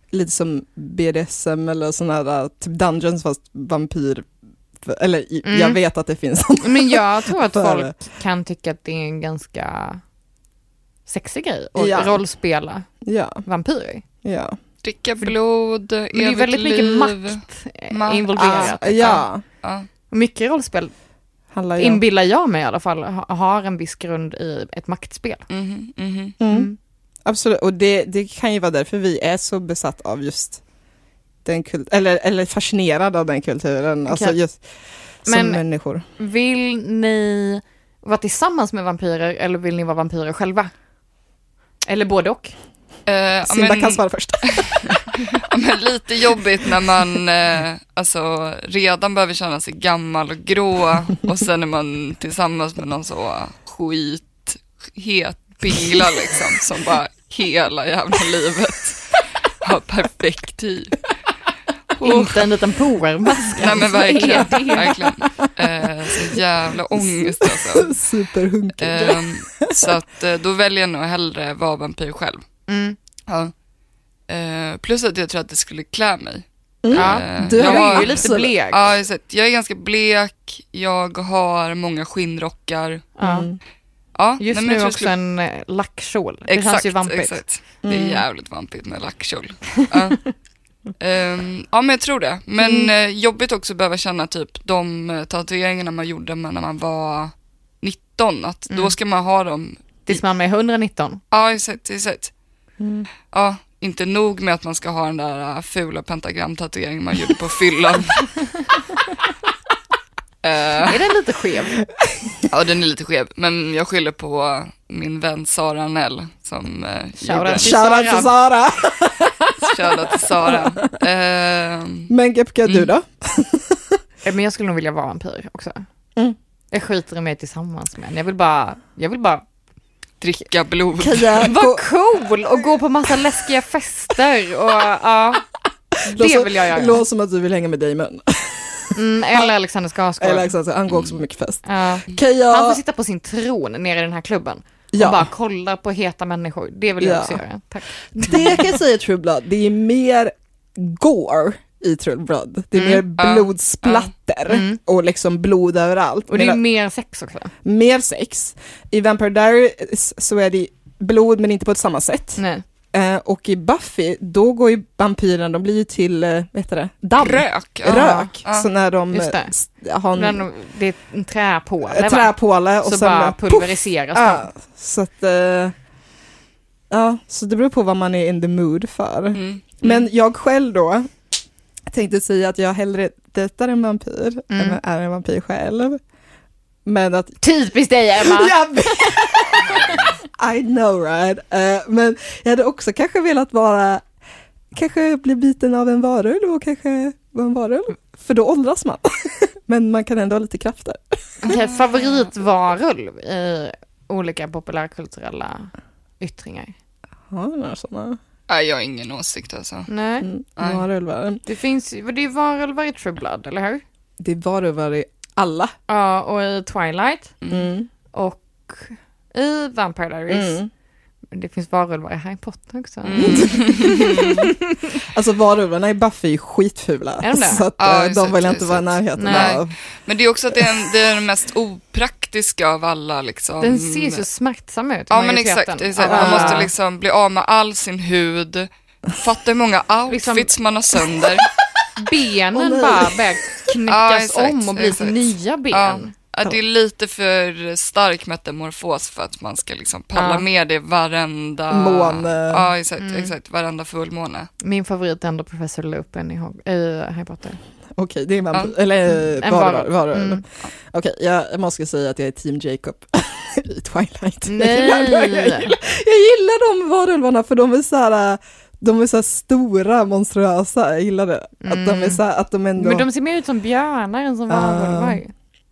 Speaker 2: lite som BDSM eller sådana här typ Dungeons fast vampyr, eller i-
Speaker 1: Mm.
Speaker 2: jag vet att det finns sådana.
Speaker 1: Men jag tror att
Speaker 2: För-
Speaker 1: folk kan tycka att det är en ganska sexig grej att
Speaker 2: Ja.
Speaker 1: rollspela
Speaker 2: Ja,
Speaker 1: vampyrer.
Speaker 2: ja.
Speaker 3: Dricka blod, evigt
Speaker 1: Men det är väldigt
Speaker 3: liv.
Speaker 1: mycket makt eh,
Speaker 3: Ma-
Speaker 1: involverat.
Speaker 2: Ah, ja.
Speaker 3: Ja.
Speaker 1: Mycket rollspel,
Speaker 2: Handlar ju om.
Speaker 1: inbillar jag mig i alla fall, ha- har en viss grund i ett maktspel.
Speaker 3: mhm, mhm.
Speaker 2: Mm. Absolut, och det, det kan ju vara därför vi är så besatt av just den kulturen, eller, eller fascinerad av den kulturen, alltså
Speaker 1: Okej.
Speaker 2: just som
Speaker 1: Men-
Speaker 2: människor.
Speaker 1: Vill ni vara tillsammans med vampyrer eller vill ni vara vampyrer själva? Eller både och?
Speaker 3: Eh, ja,
Speaker 2: Simba
Speaker 3: men-
Speaker 2: kan svara först.
Speaker 3: Ja, men lite jobbigt när man eh, alltså, redan behöver känna sig gammal och grå och sen är man tillsammans med någon så skit, het pingla liksom som bara hela jävla livet Ja, perfekt hy.
Speaker 1: Inte en liten pormask.
Speaker 3: Oh, Nej men verkligen,
Speaker 1: Vad är det?
Speaker 3: verkligen. Eh, så jävla ångest alltså.
Speaker 1: Eh,
Speaker 2: Superhunkig.
Speaker 3: Ehm, så att eh, då väljer jag nog hellre vara vampyr själv.
Speaker 1: Mm.
Speaker 3: Ja. Eh, plus att jag tror att det skulle klä mig.
Speaker 1: Ja.
Speaker 3: Eh,
Speaker 1: Du
Speaker 2: Du
Speaker 3: jag
Speaker 2: har
Speaker 1: är
Speaker 3: har-
Speaker 1: ju lite
Speaker 2: absolut.
Speaker 1: blek.
Speaker 3: Ja, exakt. Jag är ganska blek, jag har många skinnrockar.
Speaker 1: Ja.
Speaker 2: Mm.
Speaker 3: Ja,
Speaker 1: Just
Speaker 3: nej,
Speaker 1: nu
Speaker 3: men jag tror
Speaker 1: också
Speaker 3: jag skulle-
Speaker 1: en eh, lackkjol. Det
Speaker 3: Exakt,
Speaker 1: känns ju vampigt. Mm.
Speaker 3: Exakt. Det är jävligt vampigt med lackkjol. Ja. Ehm, ja, men jag tror det. Men
Speaker 1: Mm.
Speaker 3: eh, jobbigt också att behöva känna typ de eh, tatueringarna man gjorde men när man var 19, att
Speaker 1: Mm.
Speaker 3: då ska man ha dem.
Speaker 1: Tills man är 119.
Speaker 3: Ja, exakt, exakt.
Speaker 1: Mm.
Speaker 3: Ja, inte nog med att man ska ha den där eh, fula pentagramtatueringen man gjorde på fyllan. Eh,
Speaker 1: Är den lite skev?
Speaker 3: Ja, den är lite skev, men jag skyller på min vän Sara Nell som eh, gjorde
Speaker 1: Shoutout.
Speaker 2: Shoutout till Sara.
Speaker 3: Shoutout till Sara. Ehm,
Speaker 2: Men Gepka, du då?
Speaker 1: Mm. Eh, Men jag skulle nog vilja vara vampyr också.
Speaker 2: Mm.
Speaker 1: Jag skiter i mig tillsammans med en. Jag vill bara, jag vill bara
Speaker 3: dricka blod.
Speaker 2: Kaja, gå-
Speaker 1: vara cool och gå på massa läskiga fester och ja.
Speaker 2: låter-
Speaker 1: Det vill jag göra.
Speaker 2: Låter som att du vill hänga med Damon.
Speaker 1: Mm, eller Alexander Skarsgård.
Speaker 2: Eller exakt, så, han går också på mycket fest.
Speaker 1: Ja. Han får
Speaker 2: Kaja,
Speaker 1: sitta på sin tron nere i den här klubben
Speaker 2: Ja.
Speaker 1: och bara kolla på heta människor. Det vill jag
Speaker 2: Ja.
Speaker 1: också göra. Tack.
Speaker 2: det kan jag säga i True Blood, det är mer gore i True Blood. Det är
Speaker 1: Mm.
Speaker 2: mer
Speaker 3: ja,
Speaker 2: blodsplatter och liksom blod överallt.
Speaker 1: Och det är
Speaker 2: Medan-
Speaker 1: mer sex också.
Speaker 2: mer sex. I Vampire Diaries så är det blod men inte på ett samma sätt.
Speaker 1: Nej.
Speaker 2: Eh, och i Buffy, då går ju vampyrerna, de blir ju till, eh, vad heter det, damm.
Speaker 3: Rök. Ja.
Speaker 2: Rök.
Speaker 3: Ja.
Speaker 2: Så när de
Speaker 1: Just det.
Speaker 2: eh, s- har en
Speaker 1: Men det är en träpåle
Speaker 2: eh,
Speaker 1: va?
Speaker 2: träpåle och
Speaker 1: Så
Speaker 2: sen
Speaker 1: bara
Speaker 2: poff!
Speaker 1: pulveriseras
Speaker 2: Ja, så att, eh, ja, så det beror på vad man är in the mood för.
Speaker 3: Mm.
Speaker 2: Men jag själv då, tänkte säga att jag hellre dejtar en vampyr
Speaker 1: Mm.
Speaker 2: än är en vampyr själv. Men att
Speaker 1: de. Typiskt dig Emma!
Speaker 2: Jag vet. I know right. Eh, men jag hade också kanske velat vara, kanske bli biten av en varulv och kanske vara en varulv. För då åldras man. men man kan ändå ha lite krafter.
Speaker 1: Okej, typ favoritvarulv i olika populärkulturella yttringar?
Speaker 2: Har du några sådana?
Speaker 3: Nej, jag har ingen åsikt alltså.
Speaker 1: Nej,
Speaker 2: Mm,
Speaker 3: Nej.
Speaker 2: varulvar.
Speaker 1: det finns ju, det är ju varulvar i True Blood, eller hur?
Speaker 2: Det är varulvar i alla.
Speaker 1: Ja, och i Twilight
Speaker 2: Mm.
Speaker 1: och i Vampire Diaries.
Speaker 2: Mm.
Speaker 1: Det finns varulvar i Harry Potter också.
Speaker 2: Alltså varulvarna i Buffy är ju skitfula.
Speaker 1: Är de det?
Speaker 2: så att,
Speaker 3: Ja,
Speaker 2: eh,
Speaker 3: just
Speaker 2: de vill
Speaker 3: det,
Speaker 2: jag inte
Speaker 3: just
Speaker 2: vara i
Speaker 3: det.
Speaker 2: närheten
Speaker 3: Nej.
Speaker 2: av.
Speaker 3: Men det är också att det är, en, det är den mest opraktiska av alla liksom.
Speaker 1: Den ser så smärtsam ut,
Speaker 3: Ja men
Speaker 1: majoriteten Ah.
Speaker 3: exakt, exakt.
Speaker 1: av
Speaker 3: man
Speaker 1: alla-
Speaker 3: måste liksom bli av med all sin hud. Fatta hur många outfits
Speaker 1: Liksom-
Speaker 3: man har sönder.
Speaker 1: Benen
Speaker 2: Åh, nej.
Speaker 1: bara börjar
Speaker 3: Ja,
Speaker 1: knyckas
Speaker 3: exakt,
Speaker 1: om och bli till
Speaker 3: exakt.
Speaker 1: nya
Speaker 3: Ja.
Speaker 1: ben.
Speaker 3: Ja, det är lite för stark metamorfos för att man ska liksom palla
Speaker 1: Ja.
Speaker 3: med det varenda...
Speaker 2: Måne. Mm.
Speaker 3: Ja, exakt, exakt. Varenda fullmåne.
Speaker 1: Min favorit är ändå Professor Lupin i Hog- i Harry Potter.
Speaker 2: Okej, det är en vampyr,
Speaker 3: Ja.
Speaker 2: eller eh,
Speaker 1: En
Speaker 2: varulv.
Speaker 1: varulv.
Speaker 2: varulv.
Speaker 1: Mm.
Speaker 2: Okej, jag jag måste säga att jag är team Jacob i Twilight. Jag,
Speaker 1: Nej.
Speaker 2: gillar, jag, gillar, jag gillar de varulvarna för de är så här, äh, de är så här stora, monstruösa, jag gillar det. Att de är så här, att de ändå,
Speaker 1: Mm.
Speaker 2: Ah,
Speaker 1: Men de ser mer ut som björnar än som
Speaker 2: Ja.
Speaker 1: varulvar.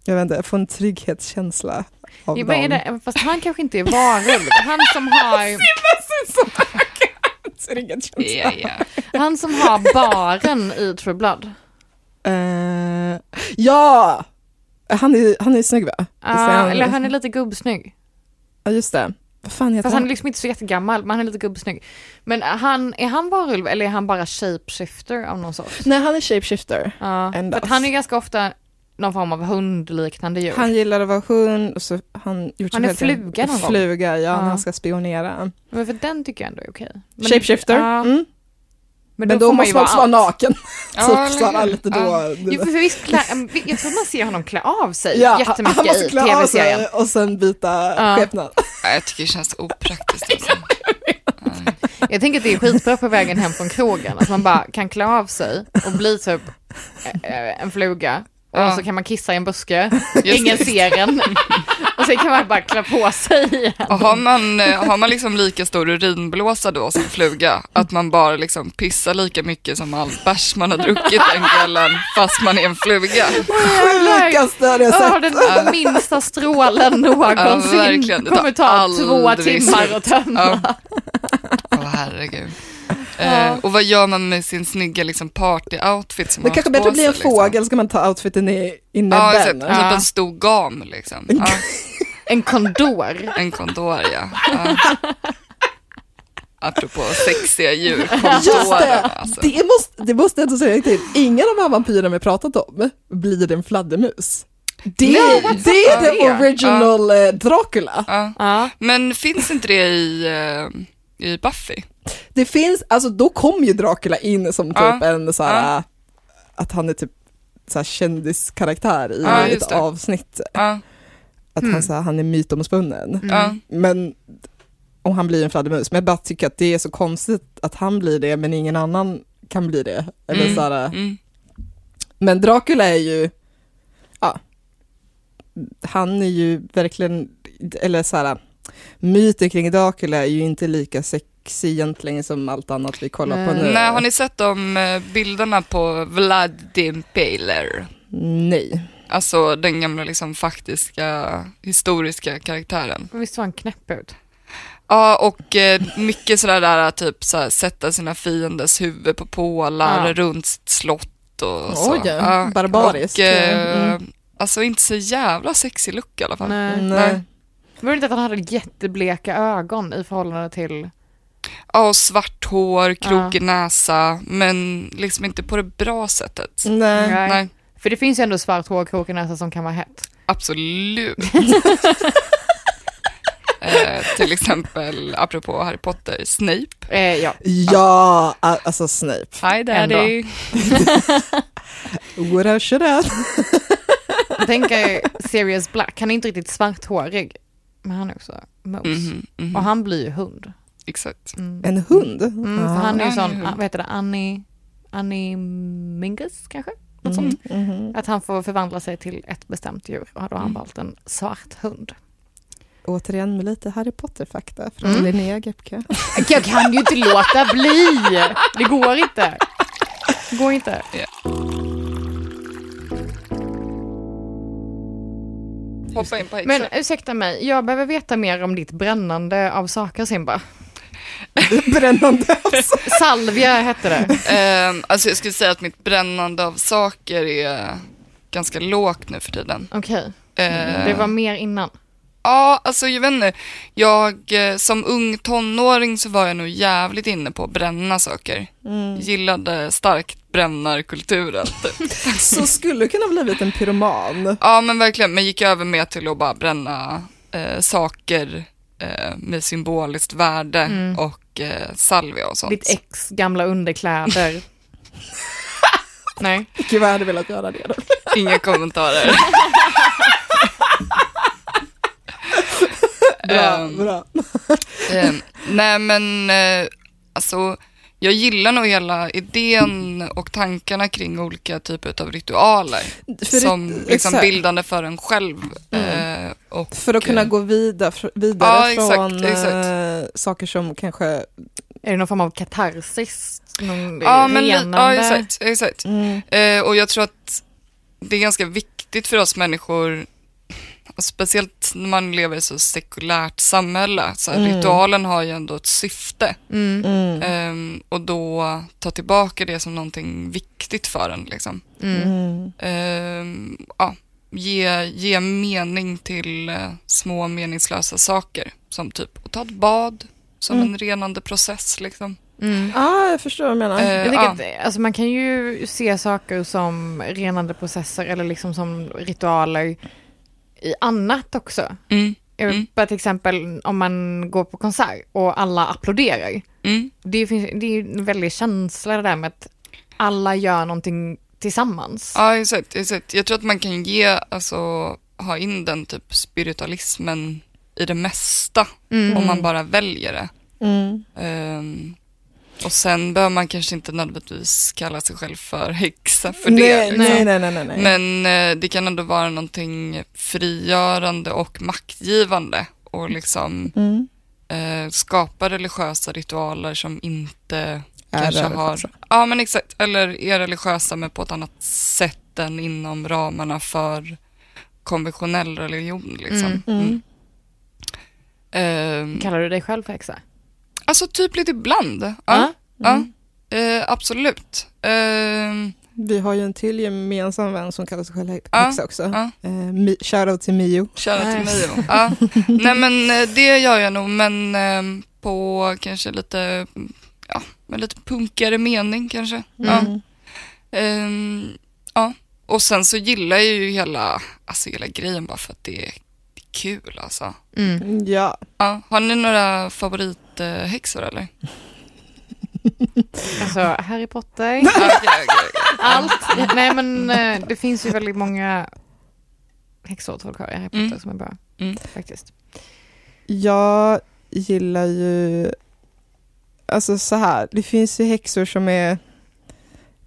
Speaker 2: jag vet inte, jag får en trygghetskänsla av
Speaker 1: Ja,
Speaker 2: dem.
Speaker 1: vad är det? Fast han kanske inte är varulv. Han som har,
Speaker 2: Trygghetskänsla.
Speaker 3: Ja, ja.
Speaker 1: han som har baren i True Blood.
Speaker 2: Eh, ja! Han är, han är snygg va? Visst är
Speaker 1: Ja, Ah, eller han är lite gubbsnygg.
Speaker 2: Ja just det. Vad fan heter
Speaker 1: Fast
Speaker 2: han?
Speaker 1: han är liksom inte så jättegammal, men han är lite gubbsnygg. Men han, är han varulv eller är han bara shapeshifter av någon sort?
Speaker 2: Nej han är shapeshifter.
Speaker 1: Ja,
Speaker 2: Ändå.
Speaker 1: för att han är ganska ofta någon form av hundliknande djur.
Speaker 2: Han gillar att vara hund och så han gjort
Speaker 1: Han
Speaker 2: sig
Speaker 1: är
Speaker 2: själv till en
Speaker 1: fluga någon gång.
Speaker 2: Fluga, ja,
Speaker 1: Ja.
Speaker 2: när han ska spionera.
Speaker 1: Men för den tycker jag ändå är okej. Men-
Speaker 2: Shapeshifter.
Speaker 1: Ja,
Speaker 2: Mm.
Speaker 1: men,
Speaker 2: Men då,
Speaker 1: får man
Speaker 2: måste
Speaker 1: ju
Speaker 2: man också vara
Speaker 1: allt.
Speaker 2: naken.
Speaker 3: Ja, eller
Speaker 2: typ så här,
Speaker 3: hur?
Speaker 2: lite då.
Speaker 3: Ja.
Speaker 1: Jo, för visst klä, jag tror man ser honom klä av sig
Speaker 2: Ja, han
Speaker 1: jättemycket
Speaker 2: måste
Speaker 1: i
Speaker 2: klä av sig
Speaker 1: tv-serien. Ah.
Speaker 2: och sen byta
Speaker 1: Ja.
Speaker 2: skepnad.
Speaker 3: Ja, Jag tycker det känns opraktiskt. Alltså.
Speaker 1: Jag tänker att det är skitbra på vägen hem från krogen, att man bara kan klä av sig och bli typ eh, en fluga. Och
Speaker 3: Ja.
Speaker 1: så kan man kissa i en buske,
Speaker 3: Just
Speaker 1: ingen
Speaker 3: det.
Speaker 1: ser en. Och sen kan man bara klä på sig igen.
Speaker 3: Och har man, eh, har man liksom lika stor urinblåsa då som fluga, att man bara liksom pissar lika mycket som all bärs man har druckit den kvällen, fast man är en fluga.
Speaker 2: Sjukaste hade jag
Speaker 1: Ja,
Speaker 2: sett.
Speaker 1: den minsta strålen
Speaker 3: Ja,
Speaker 1: någonsin
Speaker 3: verkligen. Det tar
Speaker 1: kommer ta två
Speaker 3: aldrig
Speaker 1: timmar
Speaker 3: slut.
Speaker 1: att tömma.
Speaker 3: Ja. Åh herregud. Eh, och vad gör man med sin snygga liksom, party-outfit som
Speaker 2: Det
Speaker 3: man
Speaker 2: kanske
Speaker 3: har
Speaker 2: bättre
Speaker 3: på
Speaker 2: blir en
Speaker 3: sig, liksom.
Speaker 2: fågel, ska man ta outfiten i, i
Speaker 3: Ja,
Speaker 2: näbben.
Speaker 3: exakt. Typ
Speaker 1: Ja.
Speaker 3: en stor gam liksom. Ja,
Speaker 1: En kondor.
Speaker 3: en kondor ja. ja. Apropå sexiga djur,
Speaker 2: Just det!
Speaker 3: kondorer alltså.
Speaker 2: Det måste, det måste jag ändå säga till. Ingen av de här vampyrerna vi pratat om blir en fladdermus. Det,
Speaker 3: Nej,
Speaker 2: det är
Speaker 3: det?
Speaker 2: the original eh, Dracula.
Speaker 3: Ja.
Speaker 1: Ja.
Speaker 3: Men finns inte det i, eh, i Buffy?
Speaker 2: Det finns, alltså då kom ju Dracula in som typ
Speaker 3: Ja.
Speaker 2: en så här, att han är typ så här kändiskaraktär i
Speaker 3: Ja, just
Speaker 2: ett
Speaker 3: det.
Speaker 2: avsnitt.
Speaker 3: Ja,
Speaker 2: Att han, så här, han är mytomspunnen.
Speaker 3: Mm. ja.
Speaker 2: Men om han blir en fladdermus. Men jag bara tycker att det är så konstigt att han blir det men ingen annan kan bli det. Eller
Speaker 3: Mm.
Speaker 2: så här, eh,
Speaker 3: Mm.
Speaker 2: Men Dracula är ju, ja, han är ju verkligen, eller så här, myten kring Dracula är ju inte lika sexig egentligen som allt annat vi kollar på nu.
Speaker 3: Mm. Nej, har ni sett de eh, bilderna på Vlad the Impaler?
Speaker 2: Nej.
Speaker 3: Alltså den gamla liksom faktiska historiska karaktären.
Speaker 1: Men Visst var han knäpp ut?
Speaker 3: Ja, och eh, mycket sådär där typ såhär, sätta sina fienders huvud på pålar
Speaker 1: Ja.
Speaker 3: runt sitt slott och så.
Speaker 2: Oj,
Speaker 3: Ja,
Speaker 2: barbariskt.
Speaker 3: Och, eh, Alltså inte så jävla sexig look i alla fall.
Speaker 1: Mm. Nej.
Speaker 2: Nej.
Speaker 1: Var det inte att han hade jättebleka ögon i förhållande till...
Speaker 3: Ja, och svart hår, krokig
Speaker 1: Ja.
Speaker 3: näsa, men liksom inte på det bra sättet.
Speaker 2: Nej.
Speaker 1: Mm. Nej.
Speaker 3: Nej,
Speaker 1: För det finns ju ändå svart hår, krokig näsa som kan vara hett.
Speaker 3: absolut. eh, till exempel, apropå Harry Potter, Snape.
Speaker 1: Eh, ja.
Speaker 2: Ja, a- alltså Snape.
Speaker 3: Hi daddy.
Speaker 2: Would I, should I?
Speaker 1: Tänk er Sirius Black, han är inte riktigt svarthårig. Men han är också mos.
Speaker 3: Mhm, mhm,
Speaker 1: Och han blir ju hund.
Speaker 3: Exakt.
Speaker 1: Mm.
Speaker 2: En hund?
Speaker 1: Mm, för
Speaker 2: Ah.
Speaker 1: han är ju
Speaker 3: Han är
Speaker 1: sån,
Speaker 3: hund.
Speaker 1: vad heter det, Annie... Animingus kanske? Något sånt.
Speaker 2: Mhm, mhm.
Speaker 1: Att han får förvandla sig till ett bestämt djur och då
Speaker 2: Mm.
Speaker 1: har han valt en svart hund.
Speaker 2: Återigen med lite Harry Potter-fakta från
Speaker 1: Mm.
Speaker 2: Linnea Gepke.
Speaker 1: Jag kan ju inte låta bli! Det går inte. Det går inte.
Speaker 3: Hoppa in på
Speaker 1: Men
Speaker 3: häxor.
Speaker 1: ursäkta mig, jag behöver veta mer om ditt brännande av saker Simba.
Speaker 2: Brännande alltså.
Speaker 1: Salvia hette det.
Speaker 3: Ehm, alltså jag skulle säga att mitt brännande av saker är ganska lågt nu för tiden.
Speaker 1: Okej,
Speaker 3: Ehm,
Speaker 1: Mm. det var mer innan.
Speaker 3: Ja, alltså jag vet inte. Jag, eh, som ung tonåring så var jag nog jävligt inne på att bränna saker.
Speaker 2: Mm.
Speaker 1: Mm.
Speaker 3: Gillade starkt brännarkulturen. Typ.
Speaker 2: Så skulle kunna blivit en pyroman.
Speaker 3: ja, men verkligen. Men gick över med till att bara bränna eh, saker eh, med symboliskt värde och eh, salvia och sånt.
Speaker 1: Mm. Ditt ex gamla underkläder. Nej.
Speaker 2: Gud vad jag hade velat göra det då.
Speaker 3: Inga kommentarer.
Speaker 2: Bra,
Speaker 3: Ehm,
Speaker 2: bra.
Speaker 3: Eh, nej men eh, alltså jag gillar nog hela idén och tankarna kring olika typer av ritualer
Speaker 2: För
Speaker 3: som
Speaker 2: det-
Speaker 3: liksom
Speaker 2: exakt. Mm.
Speaker 3: bildande för en själv. Eh, och,
Speaker 2: För att kunna gå vida, fr- vidare
Speaker 3: Ja, exakt,
Speaker 2: från eh,
Speaker 3: exakt.
Speaker 2: saker som kanske...
Speaker 1: Är det någon form av katarsis? Någon
Speaker 3: Ja, men, li-
Speaker 1: renande?
Speaker 3: ja exakt. exakt.
Speaker 2: Mm.
Speaker 3: Eh, och jag tror att det är ganska viktigt för oss människor, och speciellt när man lever i så sekulärt samhälle, så här, ritualen har ju ändå ett syfte.
Speaker 1: Mm.
Speaker 2: Mm.
Speaker 3: Ehm, och då ta tillbaka det som någonting viktigt för en. Liksom.
Speaker 1: Mm.
Speaker 3: Ehm, ja, ge, ge mening till eh, små meningslösa saker. Som typ att ta ett bad, som en renande process. Liksom.
Speaker 1: Mm.
Speaker 2: Ah, jag förstår vad du menar.
Speaker 3: Eh,
Speaker 1: Jag tycker
Speaker 3: ja.
Speaker 1: att, alltså man kan ju se saker som renande processer eller liksom som ritualer i annat också.
Speaker 3: Mm,
Speaker 1: Jag
Speaker 3: Mm.
Speaker 1: Bara till exempel om man går på konsert och alla applåderar.
Speaker 3: mm,
Speaker 1: Det, finns, det är ju en väldig känsla det där med att alla gör någonting tillsammans.
Speaker 3: ja, exakt, exakt. Jag tror att man kan ge, alltså, ha in den typ spiritualismen i det mesta,
Speaker 1: Mm.
Speaker 3: om man bara väljer det.
Speaker 2: Mm.
Speaker 3: Ehm, och sen behöver man kanske inte nödvändigtvis kalla sig själv för häxa för det.
Speaker 2: nej,
Speaker 3: liksom.
Speaker 2: nej, nej, nej, nej, nej.
Speaker 3: Men eh, det kan ändå vara någonting frigörande och maktgivande och liksom
Speaker 2: Mm.
Speaker 3: eh, skapa religiösa ritualer som inte
Speaker 2: Är
Speaker 3: kanske har...
Speaker 2: religiösa.
Speaker 3: Ja men exakt, eller är religiösa men på ett annat sätt än inom ramarna för konventionell religion liksom.
Speaker 1: Mm.
Speaker 2: Mm.
Speaker 3: Ehm,
Speaker 1: Kallar du dig själv för Mm. häxa?
Speaker 3: alltså typ lite ibland. Ja.
Speaker 1: Ja.
Speaker 3: Ja, eh, absolut. Eh,
Speaker 2: Vi har ju en till gemensam vän som kallar sig själv
Speaker 3: Ja,
Speaker 2: häxa också.
Speaker 3: ja.
Speaker 2: Eh, Mi- Shoutout till Mio.
Speaker 3: Kära till
Speaker 1: Nej.
Speaker 3: Mio. Ja. Nej men eh, det gör jag nog men eh, på kanske lite, ja, med lite punkigare mening kanske.
Speaker 2: Mm.
Speaker 3: Ja. Ehm, ja. Och sen så gillar jag ju hela, alltså hela grejen bara för att det är kul alltså.
Speaker 1: Mm.
Speaker 2: Ja.
Speaker 3: Ja. Har ni några favorithäxor eller?
Speaker 1: Alltså, Harry Potter.
Speaker 3: Ja, okej, okej, okej.
Speaker 1: Allt. Nej men eh, det finns ju väldigt många häxor och trollkarlar i Harry Potter
Speaker 3: Mm.
Speaker 1: som är bra.
Speaker 3: Mm.
Speaker 1: Faktiskt.
Speaker 2: Jag gillar ju, alltså så här, det finns ju häxor som är,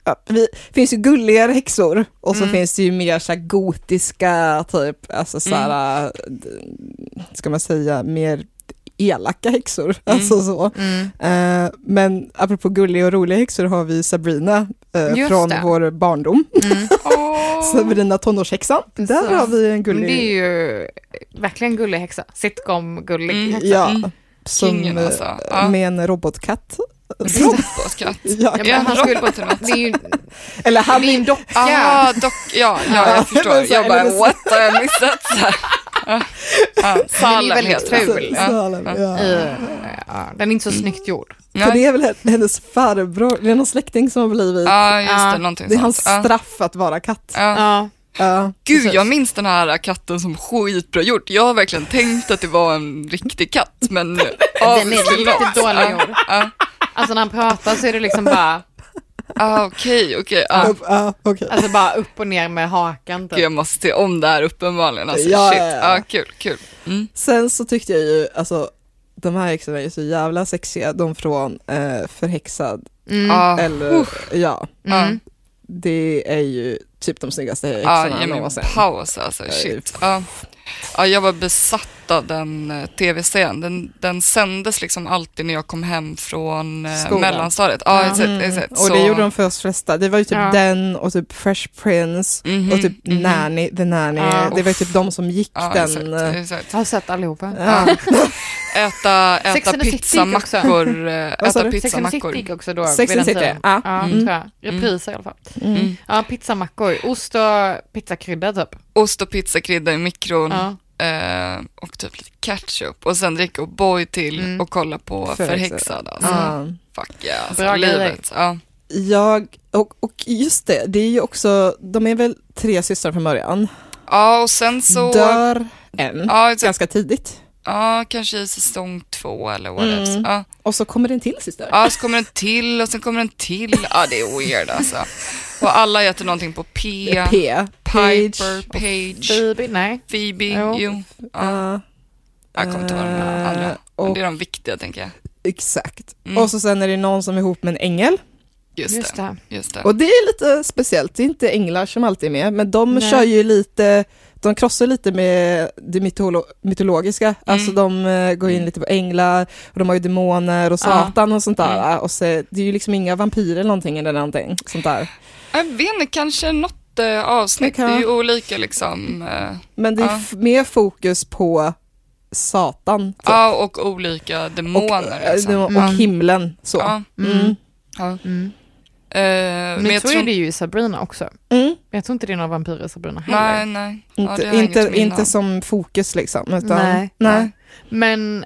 Speaker 2: ja, vi, det finns ju gulligare häxor och så
Speaker 3: Mm.
Speaker 2: finns det ju mer så här gotiska, typ, alltså så
Speaker 1: Mm.
Speaker 2: här, eh, ska man säga, mer elaka häxor. Alltså så.
Speaker 1: Mm.
Speaker 2: Eh, men apropå gulliga och roliga häxor har vi Sabrina eh,
Speaker 1: Just
Speaker 2: från
Speaker 1: det.
Speaker 2: vår barndom.
Speaker 1: Mm.
Speaker 3: Åh.
Speaker 2: Sabrina tonårshäxan.
Speaker 1: Precis.
Speaker 2: Där har vi en
Speaker 1: Men
Speaker 2: gullig.
Speaker 1: det är ju verkligen gullig häxa. Sitcom-gullig
Speaker 3: Mm.
Speaker 1: häxa.
Speaker 2: Ja,
Speaker 3: Mm.
Speaker 2: som,
Speaker 3: Kingen
Speaker 2: eh,
Speaker 3: alltså. Ja.
Speaker 2: Med en robotkatt. Som,
Speaker 3: Robotkatt.
Speaker 2: ja,
Speaker 1: Ja,
Speaker 3: Ja,
Speaker 1: men han skulle,
Speaker 3: roboten, va?
Speaker 1: det är ju
Speaker 2: eller han,
Speaker 1: min docka.
Speaker 3: Ah, dock, ja, ja,
Speaker 2: Ja,
Speaker 3: jag förstår.
Speaker 2: men så-
Speaker 3: jag bara,
Speaker 2: eller så-
Speaker 3: what har jag missat? Så här. Ja, ja,
Speaker 1: Den är
Speaker 3: Salem
Speaker 1: väldigt
Speaker 3: heter den.
Speaker 1: ful.
Speaker 3: Ja,
Speaker 2: Salem,
Speaker 3: ja.
Speaker 2: ja.
Speaker 1: Eh, ja, den är inte så snyggt gjord.
Speaker 2: För det
Speaker 3: Nej.
Speaker 2: är väl hennes farbror, det är någon släkting som har blivit,
Speaker 3: Ja, just
Speaker 1: Ja.
Speaker 3: det, någonting
Speaker 2: det är
Speaker 3: sånt.
Speaker 2: hans
Speaker 3: Ja,
Speaker 2: straff att vara katt.
Speaker 3: ja.
Speaker 1: Ja.
Speaker 2: Ja,
Speaker 3: Gud,
Speaker 2: precis.
Speaker 3: jag minns den här katten som skitbra gjort. Jag har verkligen tänkt att det var en riktig katt, men av
Speaker 1: Den är lite dålig gjord.
Speaker 3: Ja,
Speaker 1: Alltså när han pratar så är det liksom bara,
Speaker 3: ah, okej, okej. ja.
Speaker 2: Ja, ja, okej.
Speaker 1: alltså bara upp och ner med hakan. typ.
Speaker 3: Okej, Jag måste se om det här uppenbarligen. Alltså,
Speaker 2: Ja,
Speaker 3: shit.
Speaker 2: ja, ja.
Speaker 3: Ah, kul, kul. Mm.
Speaker 2: Sen så tyckte jag ju, alltså de här häxorna är ju så jävla sexiga, de från eh, Förhäxad,
Speaker 1: Mm.
Speaker 3: Ah,
Speaker 2: eller ja,
Speaker 1: Mm.
Speaker 2: det är ju typ de snyggaste
Speaker 3: Ja,
Speaker 2: häxorna
Speaker 3: Ah, ge mig en
Speaker 2: någonsin.
Speaker 3: paus alltså,
Speaker 2: Ja,
Speaker 3: shit. Ja. Ja, jag var besatt av den eh, tv-serien. Den, den sändes liksom alltid när jag kom hem från eh,
Speaker 2: Skolan.
Speaker 3: mellanstadiet. Ja,
Speaker 1: Mm.
Speaker 3: exakt, exakt.
Speaker 2: Och det
Speaker 3: Så-
Speaker 2: gjorde de för oss flesta, det var ju typ
Speaker 1: Ja.
Speaker 2: den och typ Fresh Prince
Speaker 3: Mhm,
Speaker 2: och typ
Speaker 3: mhm.
Speaker 2: Nanny, The Nanny,
Speaker 1: Ja.
Speaker 2: det var ju typ de som gick
Speaker 3: Ja,
Speaker 2: den.
Speaker 3: exakt,
Speaker 2: eh,
Speaker 3: exakt.
Speaker 1: Jag har sett allihopa.
Speaker 2: Ja.
Speaker 3: Äta,
Speaker 1: Sex
Speaker 3: äta
Speaker 1: and the City
Speaker 3: pizzamackor. eh,
Speaker 2: Vad sa
Speaker 3: Äta
Speaker 2: du?
Speaker 1: Sex and the City
Speaker 3: pizzamackor.
Speaker 1: gick också då.
Speaker 2: Sex
Speaker 1: vid
Speaker 2: and
Speaker 1: den
Speaker 2: City,
Speaker 1: tiden.
Speaker 2: ja.
Speaker 1: ja
Speaker 2: Mm.
Speaker 1: tror jag. Repriser i alla fall.
Speaker 2: Mm.
Speaker 1: Ja, pizzamackor. Ost och pizzakrydda typ.
Speaker 3: Ost och pizzakrydda i mikron.
Speaker 1: Ja.
Speaker 3: Eh, och typ lite ketchup. Och sen dricka O'boy till
Speaker 1: Mm.
Speaker 3: och kolla på
Speaker 2: Förhäxad.
Speaker 3: Förhäxad. Alltså.
Speaker 2: Ja.
Speaker 3: Fuck yeah, alltså,
Speaker 1: Bra grejer.
Speaker 3: livet. Ja.
Speaker 2: Jag, och, och just det, det är ju också, de är väl tre systrar från början,
Speaker 3: ja, och sen så...
Speaker 2: dör en,
Speaker 3: Ja, exakt.
Speaker 2: ganska tidigt,
Speaker 3: Ja, kanske i säsong två eller what
Speaker 2: Mm.
Speaker 3: else. Ja.
Speaker 2: och så kommer det en till syster.
Speaker 3: ja, så kommer en till och sen kommer en till. Ja, det är weird alltså. Och alla heter någonting på P.
Speaker 2: P.
Speaker 3: Piper, Page,
Speaker 1: Baby, nej.
Speaker 3: Phoebe,
Speaker 1: Jo.
Speaker 3: jo. Ja.
Speaker 2: Ja,
Speaker 3: Jag kommer inte ihåg de
Speaker 2: Eh,
Speaker 3: andra. Men
Speaker 2: och-
Speaker 3: det är de viktiga tänker jag.
Speaker 2: exakt.
Speaker 3: Mm.
Speaker 2: Och så sen är det någon som är ihop med en ängel.
Speaker 3: Just,
Speaker 1: Just
Speaker 3: det.
Speaker 1: det.
Speaker 3: Just det.
Speaker 2: Och det är lite speciellt, det är inte änglar som alltid är med, men de
Speaker 1: Nej.
Speaker 2: kör ju lite, de krossar lite med det mytolo- mytologiska,
Speaker 3: Mm.
Speaker 2: alltså de eh, går in lite på änglar, och de har ju demoner och satan och sånt där.
Speaker 3: Mm.
Speaker 2: Och så, det är ju liksom inga vampyrer eller någonting eller någonting sånt där.
Speaker 3: Jag vet inte, kanske något eh, avsnitt.
Speaker 2: Det kan
Speaker 3: Det är ju olika liksom. eh,
Speaker 2: Men det är
Speaker 3: Ja.
Speaker 2: f- mer fokus på satan typ.
Speaker 3: Ja, och olika demoner.
Speaker 2: och,
Speaker 3: liksom.
Speaker 2: eh, och himlen. Så.
Speaker 3: Ja.
Speaker 2: Mm.
Speaker 3: Ja.
Speaker 1: Mm.
Speaker 3: Eh,
Speaker 1: Men,
Speaker 3: men jag
Speaker 1: så är
Speaker 3: tror...
Speaker 1: det ju i Sabrina också.
Speaker 2: Mm.
Speaker 1: Men Jag tror inte det är några vampyrer i Sabrina heller.
Speaker 3: Nej, nej. Ja, det har
Speaker 2: Inte,
Speaker 3: jag inget
Speaker 2: inte,
Speaker 3: minne av.
Speaker 2: inte som fokus liksom. Utan,
Speaker 1: Nej.
Speaker 2: nej.
Speaker 1: Men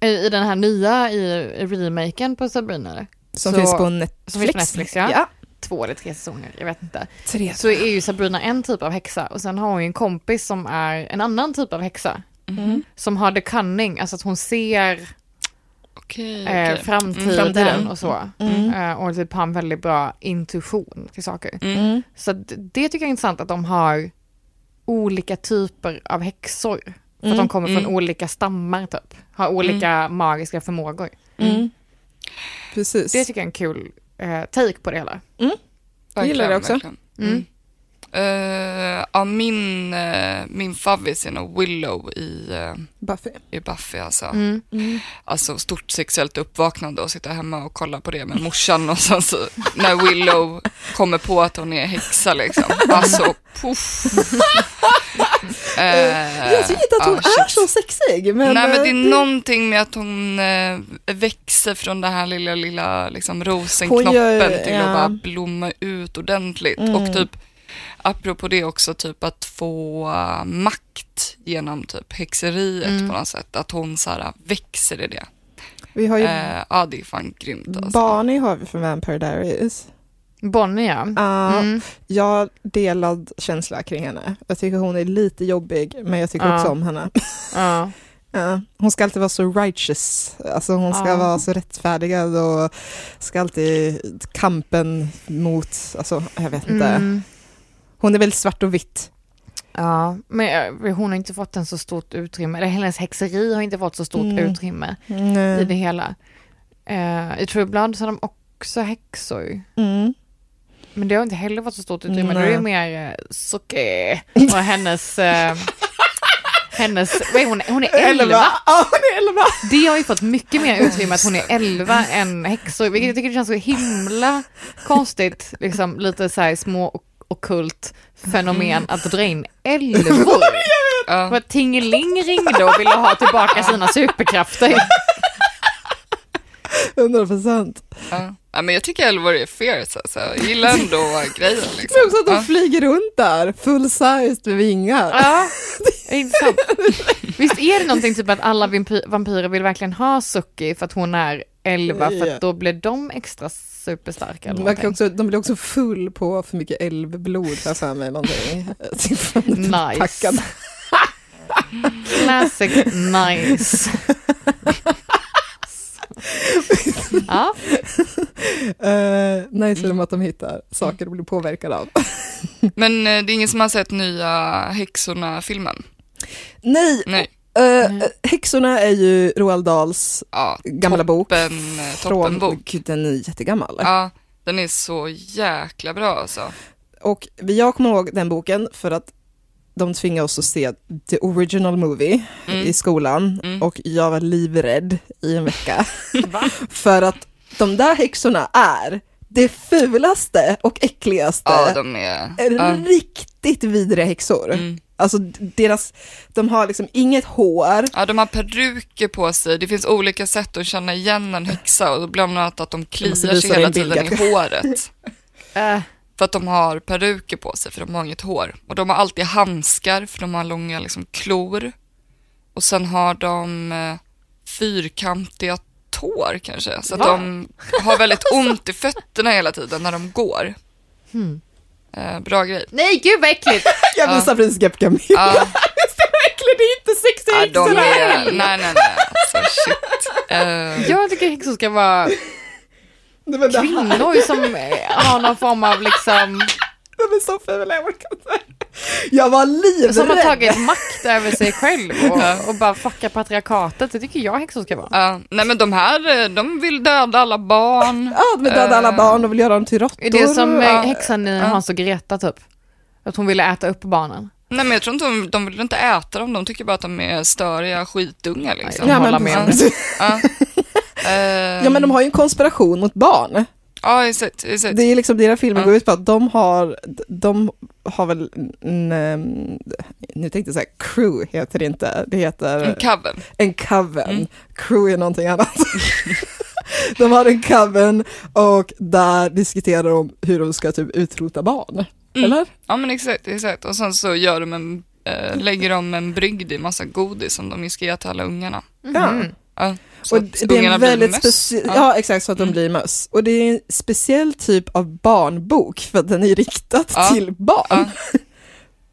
Speaker 1: i, i den här nya i, i remaken på Sabrina,
Speaker 2: Som
Speaker 1: Så-
Speaker 2: finns på Netflix.
Speaker 1: som finns på Netflix, ja.
Speaker 2: ja.
Speaker 1: två eller tre säsonger, jag vet inte.
Speaker 2: Tre.
Speaker 1: Så är ju Sabrina en typ av häxa och sen har hon ju en kompis som är en annan typ av häxa.
Speaker 3: Mm.
Speaker 2: Mhm.
Speaker 1: Som har the cunning, alltså att hon ser
Speaker 3: Okej,
Speaker 1: eh,
Speaker 3: Mm, okej.
Speaker 1: framtiden,
Speaker 2: Framtiden.
Speaker 1: och så.
Speaker 2: Mm.
Speaker 1: Eh, och typ har en väldigt bra intuition till saker.
Speaker 2: Mm.
Speaker 1: Så att det tycker jag är intressant att de har olika typer av häxor. För att de kommer från
Speaker 3: Mm.
Speaker 1: olika stammar typ. Har olika magiska förmågor.
Speaker 2: Mm. Precis.
Speaker 1: typ- Det tycker jag är en kul eh, take på det hela.
Speaker 2: Gillar det också.
Speaker 3: verkligen. Mm. Eh, ja, min, eh, min favvis är nog Willow i, eh,
Speaker 2: Buffy.
Speaker 3: i Buffy alltså.
Speaker 1: Mm.
Speaker 3: Alltså stort sexuellt uppvaknande och sitta hemma och kolla på det med morsan och sen så när Willow kommer på att hon är häxa liksom. Alltså poff. Eh,
Speaker 2: jag tycker inte att hon
Speaker 3: ja,
Speaker 2: är
Speaker 3: shit.
Speaker 2: så sexig. Men,
Speaker 3: Nej men det
Speaker 2: eh,
Speaker 3: är någonting med att hon eh, växer från den här lilla, lilla liksom
Speaker 2: Hon gör-
Speaker 3: rosenknoppen till
Speaker 2: ja. Mm.
Speaker 3: att bara blomma ut ordentligt. Och typ, apropå det också, typ att få eh, makt genom typ häxeriet
Speaker 2: Mm.
Speaker 3: på något sätt. Att hon så här, växer i det.
Speaker 2: Vi har ju
Speaker 3: Eh, ja, det är fan grymt alltså.
Speaker 2: Barney har vi från Vampire Diaries.
Speaker 1: Bonnie ja.
Speaker 2: Ja,
Speaker 1: Mm.
Speaker 2: Jag delad känsla kring henne. Jag tycker hon är lite jobbig, men jag tycker
Speaker 1: Ja.
Speaker 2: också om henne.
Speaker 1: Ja.
Speaker 2: Ja, hon ska alltid vara så righteous, alltså hon ska
Speaker 1: Ja.
Speaker 2: vara så rättfärdigad och ska alltid kampen mot, alltså jag vet inte.
Speaker 1: Mm.
Speaker 2: Hon är väldigt svart och vitt.
Speaker 1: Ja, men eh, hon har inte fått en så stort utrymme. Eller hennes häxeri har inte fått så stort
Speaker 2: Mm.
Speaker 1: utrymme i det hela. Eh, I True Blood så har de också häxor.
Speaker 2: Mm.
Speaker 1: Men det har inte heller varit så stort utrymme.
Speaker 2: Nej.
Speaker 1: Det är ju mer eh, Soke och hennes... Eh, hennes... Vad är hon? Hon är elva.
Speaker 2: Ja, hon är elva!
Speaker 1: Det har ju fått mycket mer utrymme att hon är 11 än häxor, vilket jag tycker känns så himla konstigt, liksom lite så här små okult fenomen att dra in älvor.
Speaker 3: Ja.
Speaker 1: Vad Tingeling ringde och ville ha tillbaka sina superkrafter.
Speaker 2: 100 procent.
Speaker 3: Ja. ja, men jag tycker Elvor är fierce alltså. Jag gillar ändå grejen liksom.
Speaker 2: Men också att hon
Speaker 3: Ja.
Speaker 2: flyger runt där, full-sized med vingar.
Speaker 1: Ja, det är intressant. Visst är det någonting typ att alla vampy- vampyrer vill verkligen ha Suki för att hon är 11 för
Speaker 2: Ja.
Speaker 1: att då blir de extra superstarka eller
Speaker 2: Man kan
Speaker 1: någonting.
Speaker 2: också, de blir också full på för mycket älvblod, har jag för mig. Någonting.
Speaker 1: Nice.
Speaker 2: Packad.
Speaker 1: Classic nice. ja,
Speaker 2: Eh, nice är de att de hittar saker de blir påverkade av.
Speaker 3: Men eh, det är ingen som har sett nya Häxorna-filmen?
Speaker 2: Nej,
Speaker 3: Nej.
Speaker 2: eh, Häxorna är ju Roald Dahls
Speaker 3: Ja,
Speaker 2: gamla bok.
Speaker 3: toppen, eh,
Speaker 2: Från,
Speaker 3: toppenbok.
Speaker 2: Gud, den är jättegammal.
Speaker 3: Ja, den är så jäkla bra alltså.
Speaker 2: Och jag kommer ihåg den boken för att de tvingade oss att se the original movie
Speaker 3: Mm.
Speaker 2: i skolan
Speaker 3: Mm.
Speaker 2: och jag var livrädd i en vecka. för att de där häxorna är det fulaste och äckligaste.
Speaker 3: Ja, de är... Ja.
Speaker 2: Riktigt vidriga häxor.
Speaker 3: Mm.
Speaker 2: Alltså deras, de har liksom inget hår,
Speaker 3: Ja, de har peruker på sig. Det finns olika sätt att känna igen en häxa och bland annat att de kliar
Speaker 2: måste visa
Speaker 3: sig hela
Speaker 2: dig en bild,
Speaker 3: tiden i håret.
Speaker 1: eh,
Speaker 3: För att de har peruker på sig, för de har inget hår. Och de har alltid handskar, för de har långa liksom, klor. Och sen har de eh, fyrkantiga tår kanske. Så att
Speaker 1: Va?
Speaker 3: de har väldigt ont i fötterna hela tiden när de går.
Speaker 1: Hmm.
Speaker 3: Eh, bra grej.
Speaker 1: nej gud vad äckligt.
Speaker 2: Jag
Speaker 3: Ja.
Speaker 2: visar precis Gepka Mia.
Speaker 3: Ja.
Speaker 2: Det är inte sexigt!
Speaker 3: Ja, de
Speaker 2: sådär.
Speaker 3: är... Nej, nej, nej. Alltså, shit. Eh,
Speaker 1: Jag tycker häxor ska vara
Speaker 2: Nej, men det här-
Speaker 1: kvinnor som eh, har någon form av liksom,
Speaker 2: nej, men så ful jag orkar inte. Jag var livrädd!
Speaker 1: som har tagit makt över sig själv och, och bara fuckar patriarkatet. Det tycker jag häxor ska vara.
Speaker 3: ja. nej, men de här, eh, de vill döda alla barn.
Speaker 2: Ja, de dödade alla barn och vill göra dem till råttor.
Speaker 1: Är det som eh,
Speaker 2: Ja.
Speaker 1: häxan i Hans och Greta typ? Att hon ville äta upp barnen.
Speaker 3: Nej, men jag tror inte de, de vill inte äta dem. De tycker bara att de är störiga skitungar liksom.
Speaker 1: Ja,
Speaker 2: ja,
Speaker 1: hålla
Speaker 2: men,
Speaker 1: med om
Speaker 2: precis.
Speaker 3: Ja. Eh,
Speaker 2: ja men de har ju en konspiration mot barn.
Speaker 3: Ehm, Ja, jag har sett, jag har sett.
Speaker 2: Det är liksom deras filmer
Speaker 3: Ja.
Speaker 2: går ut på att de har, de har väl en, em, nu tänkte jag säga crew heter det inte, det heter
Speaker 3: En Mm. cover.
Speaker 2: en coven. Crew är någonting annat. de har en coven och där diskuterar de hur de ska typ utrota barn.
Speaker 3: Mm.
Speaker 2: Eller?
Speaker 3: Ja, men exakt, exakt. Och sen så gör de en, eh, lägger de en brygd i massa godis som de ju ska ge till alla ungarna.
Speaker 2: Ja.
Speaker 1: Mhm.
Speaker 3: Ja, Mhm. så
Speaker 2: Och
Speaker 3: att
Speaker 2: det är
Speaker 3: ungarna
Speaker 2: en
Speaker 3: blir
Speaker 2: väldigt
Speaker 3: möss.
Speaker 2: speciell,
Speaker 3: Ja. Mm.
Speaker 2: ja. exakt så att de blir möss. Och det är en speciell typ av barnbok för att den är riktad
Speaker 3: Ja.
Speaker 2: till barn.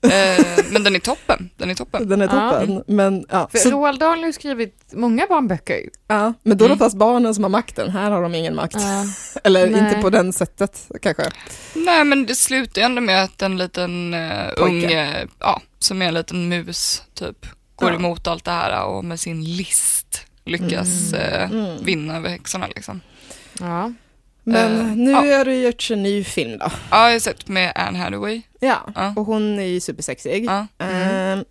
Speaker 3: Eh, men den är toppen. Den är toppen.
Speaker 2: Den är
Speaker 1: Ja.
Speaker 2: toppen. Men, ja.
Speaker 1: För
Speaker 2: Så,
Speaker 1: Roald Dahl har ju skrivit många barnböcker.
Speaker 2: ja. men då är det oftast barnen som har makten, här har de ingen makt.
Speaker 1: Ja.
Speaker 2: Eller
Speaker 1: Nej.
Speaker 2: inte på den sättet kanske.
Speaker 3: Nej, men det slutar ju ändå med att en liten eh, ung,
Speaker 2: Pojke.
Speaker 3: eh, ja, som är en liten mus, typ, går emot allt det här och med
Speaker 2: Mm.
Speaker 3: Mm. sin list lyckas eh, vinna över häxorna liksom.
Speaker 1: ja.
Speaker 2: Men
Speaker 3: Eh,
Speaker 2: nu
Speaker 3: ja.
Speaker 2: har det gjorts en ny film då.
Speaker 3: Ja, jag har sett med Anne Hathaway.
Speaker 2: Ja,
Speaker 3: Ja.
Speaker 2: och hon är ju supersexig.
Speaker 3: Ja. Mm.
Speaker 2: Ehm,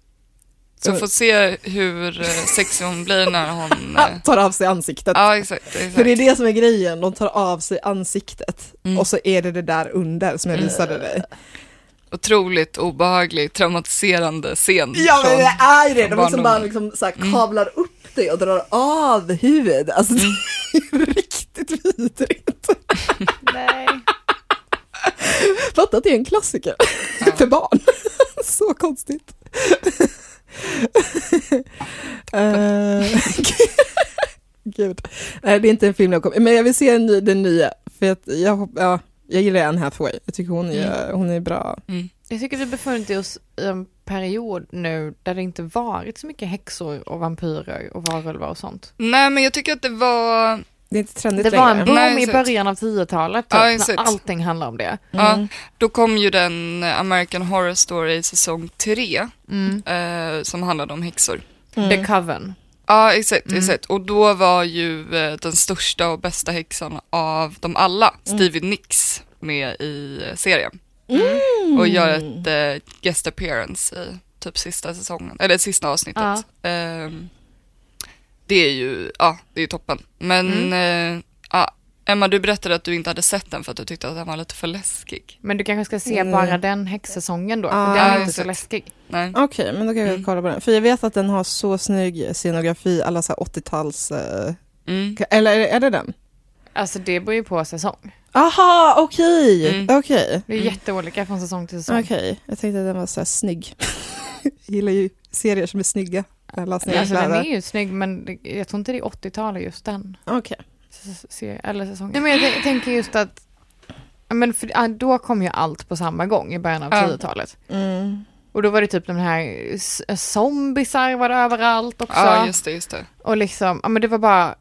Speaker 3: Så
Speaker 2: Mm.
Speaker 3: får se hur eh, sexig hon blir när hon...
Speaker 2: ja,
Speaker 3: eh,
Speaker 2: tar av sig ansiktet.
Speaker 3: Ja, exakt. exakt.
Speaker 2: För det är det som är grejen, de tar av sig ansiktet
Speaker 3: Mm.
Speaker 2: och så är det det där under som jag visade dig.
Speaker 3: Otroligt obehaglig, traumatiserande scen.
Speaker 2: Ja men
Speaker 3: från-
Speaker 2: det är ju det, de
Speaker 3: från
Speaker 2: liksom bara
Speaker 3: barndomen. Mm.
Speaker 2: liksom så här kavlar upp det och drar av hud. Alltså det är ju riktigt vidrigt.
Speaker 1: Nej.
Speaker 2: Fatta att det är en klassiker för barn. så konstigt. Eh, Gud. Nej det är inte en film jag kommer, men jag vill se den, ny- den nya för att jag, hopp- ja, jag gillar Anne Hathaway, jag tycker hon är, hon är bra.
Speaker 3: Mm.
Speaker 1: Jag tycker vi befunnit oss i en period nu där det inte varit så mycket häxor och vampyrer och varulvar och sånt.
Speaker 3: Nej, men jag tycker att det var...
Speaker 2: Det är inte trendigt
Speaker 1: Det var en
Speaker 2: längre.
Speaker 1: boom
Speaker 3: Nej,
Speaker 1: i
Speaker 3: exakt.
Speaker 1: början av 10-talet
Speaker 3: Ja,
Speaker 1: typ, när
Speaker 3: exakt.
Speaker 1: allting handlar om det.
Speaker 2: Mm.
Speaker 3: Ja, då kom ju den eh, American Horror Story säsong 3
Speaker 1: Mm.
Speaker 3: eh, som handlade om häxor.
Speaker 2: Mm.
Speaker 1: The Coven.
Speaker 3: Ja, exakt, exakt. Och då var ju eh, den största och bästa häxan av dem alla,
Speaker 2: Mm.
Speaker 3: Stevie Nicks, med i eh, serien.
Speaker 2: Mm.
Speaker 3: Och gör
Speaker 1: Mm.
Speaker 3: ett eh, guest appearance i typ sista säsongen, eller sista avsnittet. Ehm, det är ju, ja, det är ju toppen. Men,
Speaker 1: Mm.
Speaker 3: eh, ja, Emma, du berättade att du inte hade sett den för att du tyckte att den var lite för läskig.
Speaker 1: Men du kanske ska se
Speaker 2: Mm.
Speaker 1: bara den häxsäsongen då, för
Speaker 2: Ah,
Speaker 1: den är inte
Speaker 3: exakt.
Speaker 1: så läskig.
Speaker 3: Nej.
Speaker 2: Okej, men då kan jag
Speaker 3: Mm.
Speaker 2: kolla på den. För jag vet att den har så snygg scenografi, alla så här 80-tals... eh,
Speaker 3: Mm.
Speaker 2: Eller är det, är det den?
Speaker 1: Alltså det beror ju på säsong.
Speaker 2: Aha, okej!
Speaker 3: Mm.
Speaker 2: Okej,
Speaker 1: Det är jätteolika från säsong till säsong.
Speaker 2: okej. Jag tänkte att den var så här snygg. jag gillar ju serier som är snygga. Alla snygga
Speaker 1: Alltså den är
Speaker 2: kläder.
Speaker 1: ju snygg men det- jag tror inte det är 80-talet just den
Speaker 2: Okej.
Speaker 1: s- se- eller säsongen. Nej, men jag tän- tänker just att ja, men för, ja, då kom ju allt på samma gång i början av
Speaker 3: Ja.
Speaker 1: 10-talet.
Speaker 2: Mm.
Speaker 1: Och då var det typ de här s- zombisar var det överallt också.
Speaker 3: Ja, just det, just det.
Speaker 1: Och liksom, ja men det var bara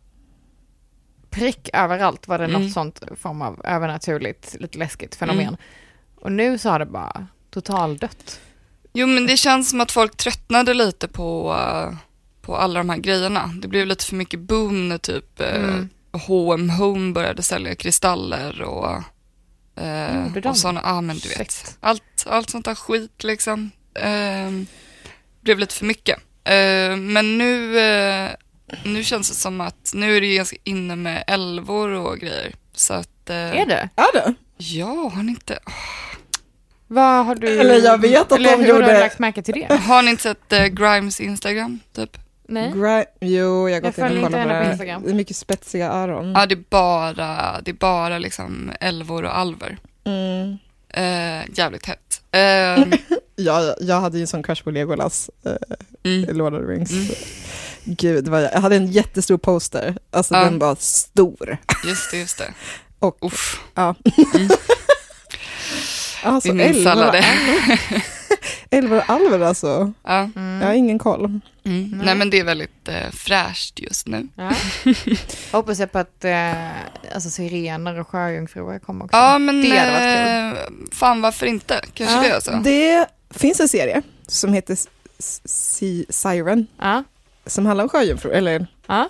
Speaker 1: prick överallt var det
Speaker 3: Mm.
Speaker 1: något sånt form av övernaturligt, lite läskigt fenomen. Och nu så har det bara totaldött.
Speaker 3: Jo, men det känns som att folk tröttnade lite på, eh, på alla de här grejerna. Det blev lite för mycket boom när typ eh,
Speaker 1: Mm.
Speaker 3: H&M Home började sälja kristaller och, eh,
Speaker 1: Gjorde de?
Speaker 3: och sådana, ja men du
Speaker 1: Shit.
Speaker 3: vet. Allt, allt sånt där skit liksom. Eh, blev lite för mycket. Eh, men nu, eh, nu känns det som att nu är det ju ganska inne med älvor och grejer. Så att, eh,
Speaker 1: Är det?
Speaker 2: Är det?
Speaker 3: Ja, har ni inte,
Speaker 1: Vad har du...
Speaker 2: Eller jag vet att
Speaker 1: eller
Speaker 2: de
Speaker 1: hur har
Speaker 2: gjorde-
Speaker 1: du lagt märke till det?
Speaker 3: har ni inte sett eh, Grimes Instagram typ?
Speaker 1: Nej.
Speaker 2: Gra- jo, jag har gått in
Speaker 1: följer
Speaker 2: och
Speaker 1: inte
Speaker 2: kollat på
Speaker 1: henne på
Speaker 2: det.
Speaker 1: Instagram.
Speaker 2: Det är mycket spetsiga öron.
Speaker 3: Ja, det är bara, det är bara liksom älvor och alver.
Speaker 2: Mm.
Speaker 3: Eh, jävligt hett. Eh,
Speaker 2: Jag, jag hade ju en sån crush på Legolas. eh,
Speaker 3: mm.
Speaker 2: Lord of the Rings. Gud, vad jag, jag hade en jättestor poster. Alltså
Speaker 3: Ja.
Speaker 2: den var stor.
Speaker 3: Just det, just det.
Speaker 2: Och-
Speaker 3: Uff,
Speaker 2: Alltså,
Speaker 3: vi minns alla det.
Speaker 2: Elver och Alver alltså.
Speaker 1: Mm.
Speaker 3: Ja.
Speaker 2: Jag har ingen koll.
Speaker 3: Mm. Nej, men det är väldigt eh, fräscht just nu.
Speaker 1: Ja. Jag hoppas jag på att eh, alltså, sirener och sjöjungfrur kommer också.
Speaker 3: Ja, men
Speaker 1: det hade varit
Speaker 3: eh, fan varför inte? Kanske det alltså.
Speaker 2: Det finns en serie som heter S- S- Sea Siren
Speaker 1: Ja,
Speaker 2: som handlar om sjöjungfrur, eller
Speaker 1: ja,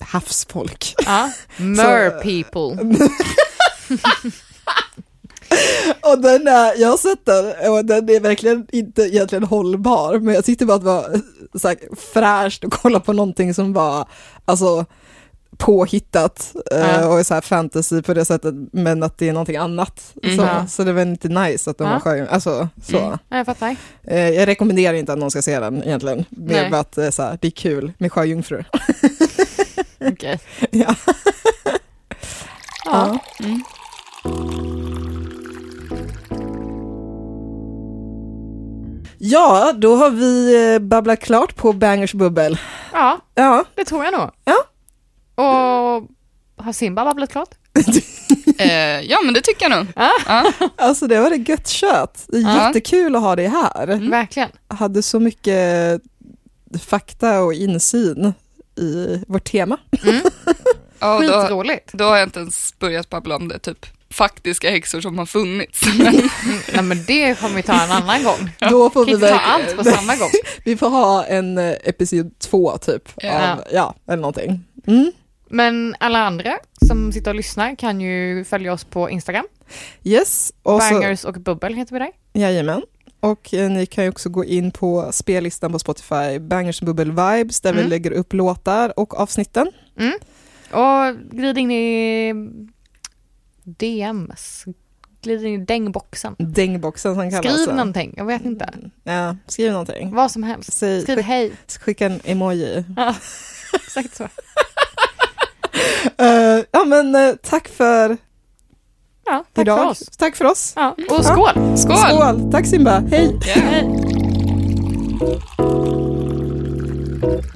Speaker 2: havsfolk.
Speaker 1: ja. Mer people.
Speaker 2: Och den är, jag har sett den och den är verkligen inte egentligen hållbar, men jag tyckte bara att det var så här, fräscht att kolla på någonting som var alltså, påhittat eh,
Speaker 1: Ja.
Speaker 2: och så här fantasy på det sättet, men att det är någonting annat.
Speaker 3: Mhm.
Speaker 2: Så, så det var inte nice att de
Speaker 1: Mm. Ja.
Speaker 2: var sjöjungfrur. Alltså, så.
Speaker 3: Mm.
Speaker 1: Ja, jag fattar.
Speaker 2: Eh, jag rekommenderar inte att någon ska se den egentligen, mer
Speaker 1: Nej.
Speaker 2: bara att eh, så här, det är kul med sjöjungfrur.
Speaker 1: Okej.
Speaker 2: Ja.
Speaker 1: Ja.
Speaker 3: Mm.
Speaker 2: Ja, då har vi eh, babblat klart på Bangers bubbel.
Speaker 1: ja,
Speaker 2: Ja,
Speaker 1: det tror jag nog.
Speaker 2: Ja.
Speaker 1: Och har Simba babblat klart?
Speaker 3: Eh, ja, men det tycker jag nog.
Speaker 2: alltså det var det gött kött. Det är
Speaker 3: Ja.
Speaker 2: jättekul att ha dig här.
Speaker 1: Verkligen.
Speaker 2: Hade så mycket eh, fakta och insyn i vårt tema.
Speaker 3: Ja, och då,
Speaker 1: Skitroligt.
Speaker 3: då har jag inte ens börjat babbla om det, typ faktiska häxor som har funnits.
Speaker 1: Mm, Nej, men det kommer vi ta en annan gång.
Speaker 2: Då får
Speaker 1: Vi kan inte
Speaker 2: vi
Speaker 1: ta allt
Speaker 2: verkligen-
Speaker 1: på samma gång.
Speaker 2: Vi får ha en eh, episod två typ.
Speaker 3: Ja.
Speaker 2: Av, ja, eller någonting. Mm.
Speaker 1: Men alla andra som som sitter och lyssnar kan ju följa oss på Instagram.
Speaker 2: Yes, och så,
Speaker 1: Bangers och bubbel heter vi där.
Speaker 2: jajamän. Och eh, ni kan ju också gå in på spellistan på Spotify, Bangers Bubble Vibes, där vi
Speaker 1: Mm. lägger
Speaker 2: lägger upp låtar och avsnitten.
Speaker 1: Och glid in i DMs. Glid in i dängboxen.
Speaker 2: Dängboxen som kallas.
Speaker 1: Skriv
Speaker 2: den.
Speaker 1: någonting, jag vet inte.
Speaker 2: Ja, skriv någonting.
Speaker 1: Vad som helst.
Speaker 2: Säg,
Speaker 1: Skriv
Speaker 2: skick,
Speaker 1: hej.
Speaker 2: skicka en emoji.
Speaker 1: Ja, exakt så.
Speaker 2: Eh, ja, men eh, tack för
Speaker 1: Ja, tack
Speaker 2: idag.
Speaker 1: för oss.
Speaker 2: Tack för oss.
Speaker 1: Ja. Och skål!
Speaker 3: Skål!
Speaker 2: Skål! Tack Simba, hej!
Speaker 1: Hej.